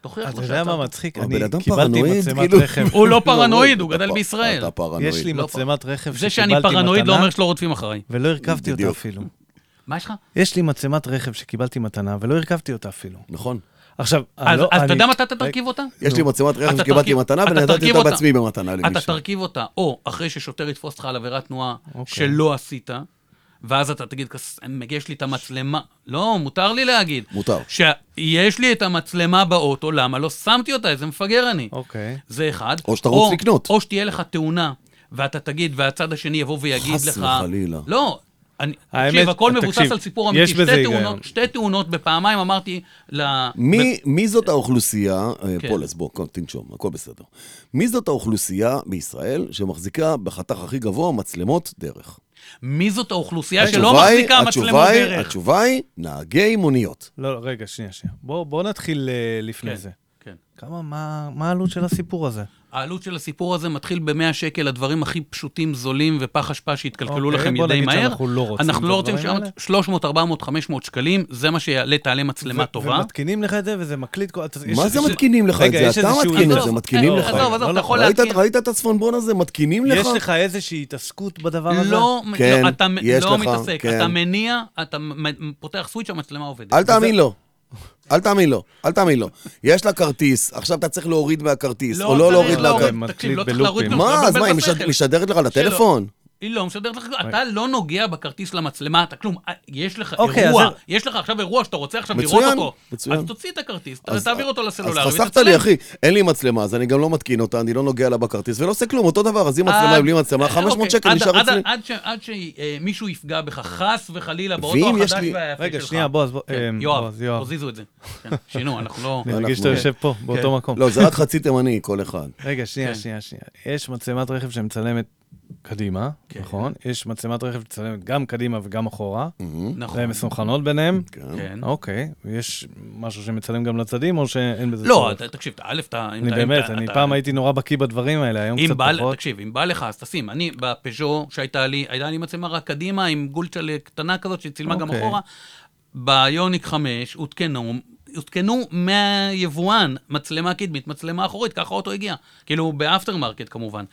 Speaker 2: תוכיח
Speaker 1: אתה
Speaker 2: לו
Speaker 1: יודע מה
Speaker 2: שעצרת.
Speaker 1: מצחיק?
Speaker 3: הבן
Speaker 1: אני
Speaker 3: אדם
Speaker 1: קיבלתי
Speaker 3: פרנואיד,
Speaker 1: מצלמת
Speaker 3: כאילו.
Speaker 1: רכב.
Speaker 2: לא הוא לא
Speaker 3: פרנואיד,
Speaker 2: פרנואיד, הוא
Speaker 3: אתה
Speaker 2: גדל
Speaker 3: פ-
Speaker 2: בישראל.
Speaker 3: אתה פרנואיד.
Speaker 1: יש לי
Speaker 2: לא פה.
Speaker 1: מצלמת רכב
Speaker 2: זה
Speaker 1: שקיבלתי
Speaker 2: שאני פרנואיד לא
Speaker 1: מתנה,
Speaker 2: אומר שלא רודפים אחריי. אה,
Speaker 1: ולא הרכבתי אותה
Speaker 3: בדיוק.
Speaker 1: אפילו.
Speaker 2: מה יש לך?
Speaker 1: יש לי מצלמת רכב שקיבלתי מתנה, ולא הרכבתי אותה אפילו.
Speaker 3: נכון.
Speaker 1: עכשיו,
Speaker 2: אז
Speaker 1: לא-
Speaker 2: אז
Speaker 1: אני-
Speaker 2: אתה יודע מתי אתה
Speaker 1: רגע,
Speaker 2: תרכיב אותה?
Speaker 3: יש לי מצלמת רכב
Speaker 2: אתה
Speaker 3: שקיבלתי
Speaker 2: תרכיב-
Speaker 3: מתנה,
Speaker 2: אתה
Speaker 3: ונתתי
Speaker 2: תרכיב
Speaker 3: אותה
Speaker 2: אותה.
Speaker 3: בעצמי במתנה
Speaker 2: אתה
Speaker 3: למישהו.
Speaker 2: תרכיב אותה, או אחרי ששוטר יתפוס אותך על עבירת תנועה
Speaker 1: אוקיי.
Speaker 2: שלא עשית, ואז אתה תגיד, "כס- יש לי את המצלמה. לא, מותר לי להגיד.
Speaker 3: מותר.
Speaker 2: שיש לי את המצלמה באוטו, למה לא שמתי אותה? איזה מפגר אני.
Speaker 1: אוקיי.
Speaker 2: זה אחד.
Speaker 3: או שתרוץ לקנות.
Speaker 2: או שתהיה לך תאונה, ואתה תגיד, והצד השני יבוא ויגיד לך...
Speaker 3: חס וחלילה.
Speaker 2: לא. אני,
Speaker 1: האמת,
Speaker 2: תקשיב, הכל מבוסס
Speaker 1: תקשיב,
Speaker 2: על סיפור
Speaker 1: יש
Speaker 2: אמיתי. שתי
Speaker 1: בזה היגיון.
Speaker 2: תאונות, שתי תאונות בפעמיים אמרתי ל...
Speaker 3: מי, מי זאת האוכלוסייה, אה,
Speaker 2: כן.
Speaker 3: פולס, בוא, קום, תנשום, הכל בסדר. מי זאת האוכלוסייה בישראל שמחזיקה בחתך הכי גבוה מצלמות דרך?
Speaker 2: מי זאת האוכלוסייה
Speaker 3: התשובה
Speaker 2: שלא
Speaker 3: היא-
Speaker 2: מחזיקה
Speaker 3: התשובה
Speaker 2: מצלמות
Speaker 3: היא-
Speaker 2: דרך?
Speaker 3: התשובה היא, נהגי מוניות.
Speaker 1: לא, לא, רגע, שנייה, שנייה. בואו בוא נתחיל אה, לפני
Speaker 2: כן,
Speaker 1: זה.
Speaker 2: כן.
Speaker 1: כמה, מה, מה העלות של הסיפור הזה?
Speaker 2: העלות של הסיפור הזה מתחיל ב-100 שקל, הדברים הכי פשוטים, זולים ופח אשפה שיתקלקלו
Speaker 1: אוקיי,
Speaker 2: לכם
Speaker 1: בוא
Speaker 2: ידי
Speaker 1: נגיד
Speaker 2: מהר.
Speaker 1: שאנחנו לא רוצים
Speaker 2: אנחנו
Speaker 1: את
Speaker 2: לא רוצים
Speaker 1: הדברים
Speaker 2: שם
Speaker 1: האלה.
Speaker 2: 300, 400, 500 שקלים, זה מה שיעלה, תעלה מצלמה
Speaker 1: ו-
Speaker 2: טובה.
Speaker 1: ומתקינים לך את זה, וזה מקליט... כל- אתה- יש
Speaker 3: מה זה
Speaker 1: איזה-
Speaker 3: מתקינים לך את
Speaker 1: רגע,
Speaker 3: זה?
Speaker 1: יש
Speaker 3: אתה
Speaker 1: איזשהו-
Speaker 3: מתקין את
Speaker 2: עזוב,
Speaker 3: זה, מתקינים
Speaker 2: עזוב,
Speaker 3: לך.
Speaker 2: עזוב, עזוב,
Speaker 1: לא
Speaker 2: אתה
Speaker 1: נכון.
Speaker 2: יכול
Speaker 3: ראית-
Speaker 2: להתקין.
Speaker 3: ראית את הצפונבון הזה? מתקינים לך?
Speaker 1: יש לך איזושהי התעסקות בדבר הזה?
Speaker 2: לא,
Speaker 3: כן,
Speaker 2: לא, אתה
Speaker 3: יש
Speaker 2: לא
Speaker 3: לך,
Speaker 2: מתעסק,
Speaker 3: כן.
Speaker 2: אתה מניע, אתה מ- פותח סוויץ', המצלמה עובדת.
Speaker 3: אל תאמין לו. אל תאמין לו, אל תאמין לו. יש לה כרטיס, עכשיו אתה צריך להוריד מהכרטיס, או לא
Speaker 2: צריך
Speaker 3: להוריד
Speaker 1: להוריד.
Speaker 3: מהכרטיס.
Speaker 2: תקשיב, לא
Speaker 1: מקליט
Speaker 2: צריך
Speaker 1: בלופים.
Speaker 2: להוריד כלום,
Speaker 3: מה,
Speaker 2: אתה
Speaker 3: אז מה,
Speaker 2: מבלבל
Speaker 3: היא
Speaker 2: בשכל.
Speaker 3: משד- משדרת לך
Speaker 2: שלא.
Speaker 3: לטלפון?
Speaker 2: היא לא משדרת לך, אתה לא נוגע בכרטיס למצלמה, אתה כלום. אה, יש לך
Speaker 1: אוקיי,
Speaker 2: אירוע,
Speaker 1: אז-
Speaker 2: יש לך עכשיו אירוע שאתה רוצה עכשיו
Speaker 3: מצוין,
Speaker 2: לראות אותו.
Speaker 3: מצוין.
Speaker 2: אז תוציא את הכרטיס, ת-
Speaker 3: אז-
Speaker 2: תעביר אותו לסלולרי.
Speaker 3: אז חסכת לי, אחי. אין לי מצלמה, אז אני גם לא מתקין אותה, אני לא נוגע לה בכרטיס, ולא עושה כלום, אותו דבר, אז אם מצלמה
Speaker 2: אה,
Speaker 3: היא בלי מצלמה, 500 שקל נשאר אצלי.
Speaker 2: אצלי. אוקיי. עד שמישהו יפגע בך, חס וחלילה, באוטו
Speaker 3: ואם יש
Speaker 2: החדש
Speaker 3: לי-
Speaker 2: והיפה שלך.
Speaker 1: רגע, שנייה, בוא, אז בוא,
Speaker 2: כן,
Speaker 1: אמ,
Speaker 2: יואב,
Speaker 1: בועז, יואב.
Speaker 2: תזיזו את זה. כן, שינו, אנחנו לא...
Speaker 1: אני מרגיש שאתה
Speaker 3: אנחנו-
Speaker 1: יושב פה, באותו מקום.
Speaker 3: לא, זה רק חצי תימני, כל אחד.
Speaker 1: רגע, שנייה,
Speaker 2: כן.
Speaker 1: שנייה, שנייה. יש מצלמת רכב שמצלמת קדימה,
Speaker 2: כן.
Speaker 1: נכון? יש מצלמת רכב שצלמת גם קדימה וגם אחורה,
Speaker 3: מהמם.
Speaker 1: והן
Speaker 2: נכון.
Speaker 1: מסונכנות ביניהן.
Speaker 3: כן.
Speaker 2: כן.
Speaker 1: אוקיי, ויש משהו שמצלם גם לצדים, או שאין בזה
Speaker 2: לא, אתה- תקשיב, אתה- א', אתה... אם
Speaker 1: אה, אני
Speaker 2: אתה- אם
Speaker 1: באמת,
Speaker 2: אתה-
Speaker 1: אני
Speaker 2: אתה-
Speaker 1: פעם הייתי נורא בקיא בדברים האלה, היום
Speaker 2: אם
Speaker 1: קצת
Speaker 2: בא,
Speaker 1: פחות.
Speaker 2: תקשיב, אם בא לך, אז תשים. אני, בפז'ו שהייתה לי, הייתה לי מצלמה רק קדימה, עם גולצ'ל קטנה כזאת, שצילמה גם
Speaker 1: אוקיי.
Speaker 2: אחורה. ביוניק 5 הותקנו, הותקנו מהיבואן מצלמה קדמית, מצלמה אחורית, ככה האוטו הגיע. כאילו, באפטר מרקט כמובן.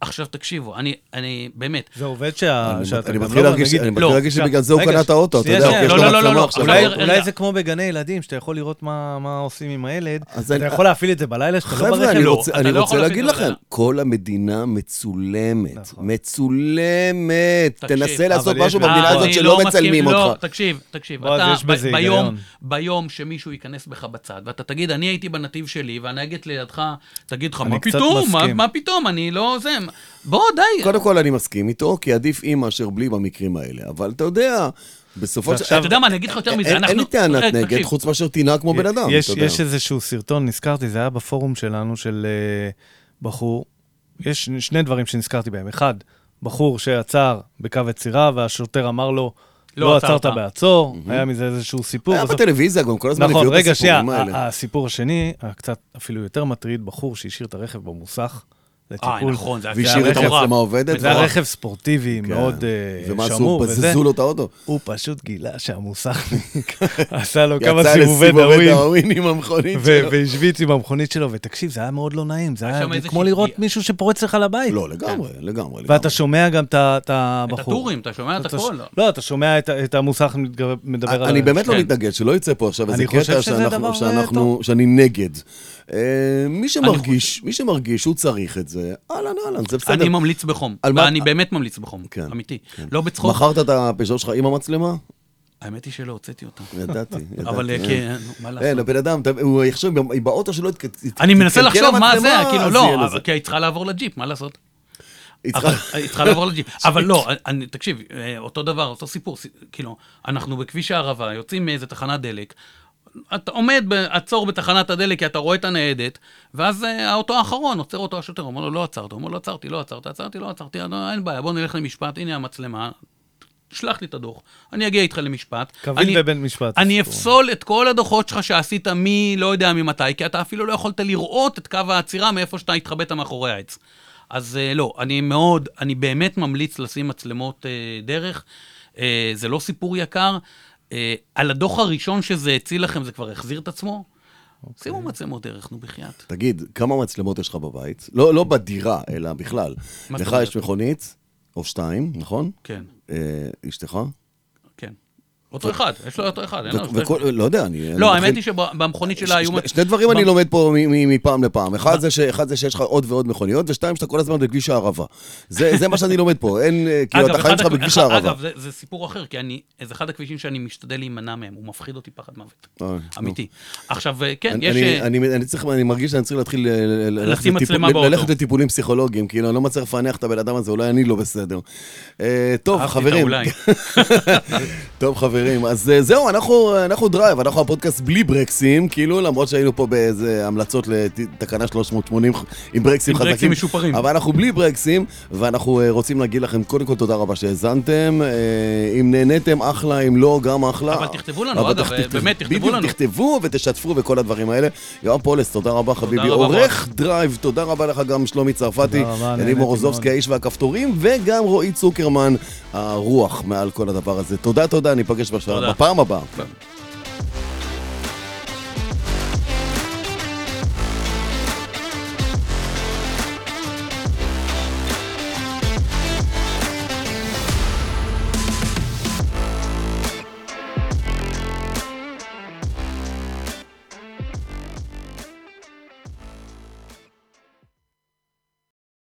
Speaker 2: עכשיו תקשיבו, אני, אני, באמת,
Speaker 1: זה עובד שה... שאתה
Speaker 3: אני
Speaker 1: גם
Speaker 3: מתחיל
Speaker 1: לא-
Speaker 3: להרגיש
Speaker 1: נגיד-
Speaker 3: אני מתחיל
Speaker 2: לא,
Speaker 3: להרגיש
Speaker 1: רגע,
Speaker 3: שבגלל זה הוא
Speaker 1: רגע,
Speaker 3: קנה את האוטו, אתה
Speaker 1: שנייה,
Speaker 3: יודע, הוא
Speaker 1: שנייה,
Speaker 3: יש
Speaker 1: לא,
Speaker 3: לו
Speaker 1: לא, לא,
Speaker 3: מצלמה
Speaker 2: לא,
Speaker 3: עכשיו.
Speaker 2: אולי-
Speaker 1: אולי,
Speaker 2: רגע.
Speaker 1: אולי זה כמו בגני ילדים, שאתה יכול לראות מה, מה עושים עם הילד,
Speaker 3: אז אני-
Speaker 1: אתה יכול להפעיל את זה בלילה שאתה לא
Speaker 3: חבר'ה,
Speaker 1: ברכב.
Speaker 3: אני
Speaker 2: לא,
Speaker 3: רוצה,
Speaker 2: אתה
Speaker 3: אני
Speaker 2: לא
Speaker 3: רוצה
Speaker 2: יכול
Speaker 3: להגיד
Speaker 2: לשים את
Speaker 3: לכם,
Speaker 2: זה
Speaker 3: כל המדינה מצולמת.
Speaker 1: נכון.
Speaker 3: מצולמת.
Speaker 2: תקשיב,
Speaker 3: תנסה לעשות
Speaker 1: אבל
Speaker 3: משהו
Speaker 1: יש-
Speaker 3: במדינה
Speaker 1: אה,
Speaker 3: הזאת
Speaker 2: אני
Speaker 3: שלא
Speaker 2: מסכים,
Speaker 3: מצלמים
Speaker 2: לא,
Speaker 3: אותך.
Speaker 2: תקשיב, תקשיב,
Speaker 1: בועז,
Speaker 2: אתה
Speaker 1: יש בזה
Speaker 2: ב- ביום,
Speaker 1: היגיון.
Speaker 2: ביום שמישהו ייכנס בך בצד, ואתה תגיד, אני הייתי בנתיב שלי, והנהגת לידך תגיד לך,
Speaker 1: אני
Speaker 2: מה
Speaker 1: קצת
Speaker 2: פתאום, מה,
Speaker 1: מסכים."
Speaker 2: מה פתאום, אני לא זה, בוא, די.
Speaker 3: קודם כל, אני מסכים איתו, כי עדיף עם מאשר בלי במקרים האלה. אבל אתה יודע, בסופו של...
Speaker 1: ועכשיו-
Speaker 2: אתה יודע מה, אני אגיד לך יותר
Speaker 3: אין-
Speaker 2: מזה, אנחנו...
Speaker 3: אין לי טענת
Speaker 2: רגע,
Speaker 3: נגד,
Speaker 2: תקשיב,
Speaker 3: חוץ מאשר תנהג כמו בן אדם,
Speaker 1: יש,
Speaker 3: אתה יודע.
Speaker 1: יש איזשהו סרטון, נזכרתי, זה היה בפורום שלנו של אה, בחור. יש שני דברים שנזכרתי בהם. אחד, בחור שעצר בקו עצירה, והשוטר אמר לו,
Speaker 2: לא
Speaker 1: לא,
Speaker 2: עצרת."
Speaker 1: עצרת בעצור, היה מזה איזשהו סיפור.
Speaker 3: היה
Speaker 1: בסוף-
Speaker 3: בטלוויזיה גם, כל הזמן
Speaker 1: נכון,
Speaker 3: הביאו את
Speaker 1: רגע, שנייה, אה,
Speaker 3: הסיפורים האלה.
Speaker 1: ה- הסיפור השני, הקצת אפילו יותר מטריד, בחור שהשאיר את הרכב במוסך
Speaker 2: אה,
Speaker 1: לטיפול.
Speaker 2: נכון, זה
Speaker 3: והשאיר
Speaker 2: זה
Speaker 3: את
Speaker 2: היה מטורף.
Speaker 3: המצלמה עובדת.
Speaker 1: זה
Speaker 3: וואו.
Speaker 1: היה רכב ספורטיבי
Speaker 3: כן.
Speaker 1: מאוד אה,
Speaker 3: ומה עשו?
Speaker 1: שמור וזה.
Speaker 3: בזזו לו את האוטו.
Speaker 1: הוא פשוט גילה שהמוסכניק עשה לו כמה
Speaker 3: יצא
Speaker 1: סיבובי
Speaker 3: לסיבובי
Speaker 1: דאווין.
Speaker 3: דאווין עם המכונית
Speaker 1: ו-
Speaker 3: שלו.
Speaker 1: והשוויץ עם המכונית שלו, ותקשיב, זה היה מאוד לא נעים, זה
Speaker 2: היה
Speaker 1: היה
Speaker 2: שם איזה
Speaker 1: כמו
Speaker 2: שהיא-
Speaker 1: לראות מישהו שפורץ לך לבית.
Speaker 3: לא, לגמרי, לגמרי. לגמרי.
Speaker 1: ואתה שומע גם את ה- את הבחור.
Speaker 2: את הטורים, אתה שומע את
Speaker 1: אתה ש-
Speaker 2: הכל.
Speaker 1: לא, אתה שומע את ה- את המוסך מתגר- מדבר על...
Speaker 3: אני באמת לא
Speaker 2: כן.
Speaker 3: מתנגד, שלא יצא פה עכשיו איזה
Speaker 1: אני חושב
Speaker 3: קטע
Speaker 1: שזה דבר,
Speaker 3: שאנחנו,
Speaker 1: אה,
Speaker 3: שאנחנו,
Speaker 1: טוב.
Speaker 3: שאני נגד. אה, מי שמרגיש, מי שמרגיש שהוא צריך את זה, אהלן אהלן, זה בסדר.
Speaker 2: אני ממליץ בחום,
Speaker 3: על מה-
Speaker 2: ואני באמת ממליץ בחום,
Speaker 3: כן,
Speaker 2: אמיתי. לא בצחוק,
Speaker 3: מכרת את הפז'ו שלך עם המצלמה?
Speaker 2: האמת היא שלא, הוצאתי אותה.
Speaker 3: ידעתי, ידעתי.
Speaker 2: אבל אה,
Speaker 3: אה.
Speaker 2: כן, נו, מה לעשות.
Speaker 3: אין, הבן אדם, אתה- הוא יחשוב, גם- באוטו שלו התק- התקלקל
Speaker 2: אני מנסה לחשוב מה זה,
Speaker 3: המצלמה,
Speaker 2: כאילו,
Speaker 3: אז
Speaker 2: לא,
Speaker 3: יהיה לזה.
Speaker 2: אבל- כי היא צריכה לעבור לג'יפ, מה לעשות?
Speaker 3: היא צריכה-
Speaker 2: אבל- היא צריכה לעבור לג'יפ. אבל לא, אני- תקשיב, אה, אותו דבר, אותו סיפור, סי- כאילו, אנחנו בכביש הערבה, יוצאים מאיזה תחנת דלק, אתה עומד בעצור בתחנת הדלק, כי אתה רואה את הניידת, ואז אה, האוטו האחרון, עוצר אותו השוטר, אומר לו, לא עצרת, הוא אומר, לא עצרתי, לא עצרתי, עצרתי, לא עצרתי, "אה, לא, אין בעיה, בוא נלך למשפט, הנה המצלמה, שלח לי את הדוח, אני אגיע איתך למשפט. אני-
Speaker 1: קביל בבית משפט.
Speaker 2: אני
Speaker 1: הסיפור.
Speaker 2: אפסול את כל הדוחות שלך שעשית מי לא יודע ממתי, כי אתה אפילו לא יכולת לראות את קו העצירה מאיפה שאתה התחבאת מאחורי העץ. אז אה, לא, אני מאוד, אני באמת ממליץ לשים מצלמות אה, דרך. אה, זה לא סיפור יקר. אה, על הדוח הראשון שזה הציל לכם, זה כבר החזיר את עצמו?
Speaker 3: אוקיי.
Speaker 2: שימו מצלמות דרך, נו בחייאת.
Speaker 3: תגיד, כמה מצלמות יש לך בבית? לא לא בדירה, אלא בכלל.
Speaker 2: מה זאת
Speaker 3: לך
Speaker 2: אומרת?
Speaker 3: יש מכונית, או שתיים, נכון?
Speaker 2: כן,
Speaker 3: אה, אשתך?
Speaker 2: כן. אותו אחד, יש לו אותו אחד, אין לו...
Speaker 3: וכל- לא יודע, אני... אני
Speaker 2: לא,
Speaker 3: מתחיל-
Speaker 2: האמת היא שבמכונית שלה היו...
Speaker 3: שני- שני דברים אני לא לומד פה מ- מ- מפעם לפעם. אחד זה ש- אחד זה שיש לך עוד ועוד מכוניות, ושתיים שאתה כל הזמן בכביש הערבה. זה זה מה שאני לומד פה, אין, אה, כאילו, אתה
Speaker 2: אגב,
Speaker 3: חיים
Speaker 2: אחד
Speaker 3: שלך
Speaker 2: הכ-
Speaker 3: בכביש
Speaker 2: אחד-
Speaker 3: הערבה.
Speaker 2: אגב, זה- זה סיפור אחר, כי אני, זה אחד הכבישים שאני משתדל להימנע מהם, הוא מפחיד אותי פחד מוות.
Speaker 3: אה, נו.
Speaker 2: אמיתי. עכשיו, אה, כן,
Speaker 3: אני-
Speaker 2: יש...
Speaker 3: אני-
Speaker 2: אה,
Speaker 3: אני- אני צריך, אני מרגיש שאני צריך להתחיל ל- ל- ל- ללכת
Speaker 2: לשים
Speaker 3: לטיפול-
Speaker 2: מצלמה
Speaker 3: ל-
Speaker 2: באוטו.
Speaker 3: ללכת לטיפולים פסיכולוגיים, כאילו, אני לא מצליח לפענח את הבן אדם הזה, אולי אני לא בסדר. אה, טוב,
Speaker 2: אהבתי את
Speaker 3: חברים,
Speaker 2: האולי.
Speaker 3: טוב חברים, אז אה, זהו, אנחנו, אנחנו דרייב, אנחנו הפודקאסט בלי ברקסים, כאילו, למרות שהיינו פה באיזה המלצות לתקנה 380 עם ברקסים
Speaker 2: עם
Speaker 3: חזקים.
Speaker 2: ברקסים משופרים.
Speaker 3: אבל אנחנו בלי ברקסים, ואנחנו אה, רוצים להגיד לכם קודם כל תודה רבה שהאזנתם. אה, אם נהניתם, אחלה, אם לא, גם אחלה.
Speaker 2: אבל תכתבו לנו, אגב,
Speaker 3: תכתב-
Speaker 2: אה, באמת, תכתבו
Speaker 3: בדיוק,
Speaker 2: לנו.
Speaker 3: תכתבו ותשתפו וכל הדברים האלה. יואב פולס, תודה רבה חביבי.
Speaker 2: רבה.
Speaker 3: עורך דרייב, תודה רבה לך גם שלומי צרפתי,
Speaker 1: תודה רבה,
Speaker 3: יניב
Speaker 1: נהניתי
Speaker 3: מורוזובסקי,
Speaker 1: מאוד.
Speaker 3: האיש והכפתורים, וגם רועי צוקרמן, הרוח מעל כל הדבר הזה. תודה, תודה, ניפגש בשעה-
Speaker 2: תודה.
Speaker 3: בפעם הבאה.
Speaker 2: טוב.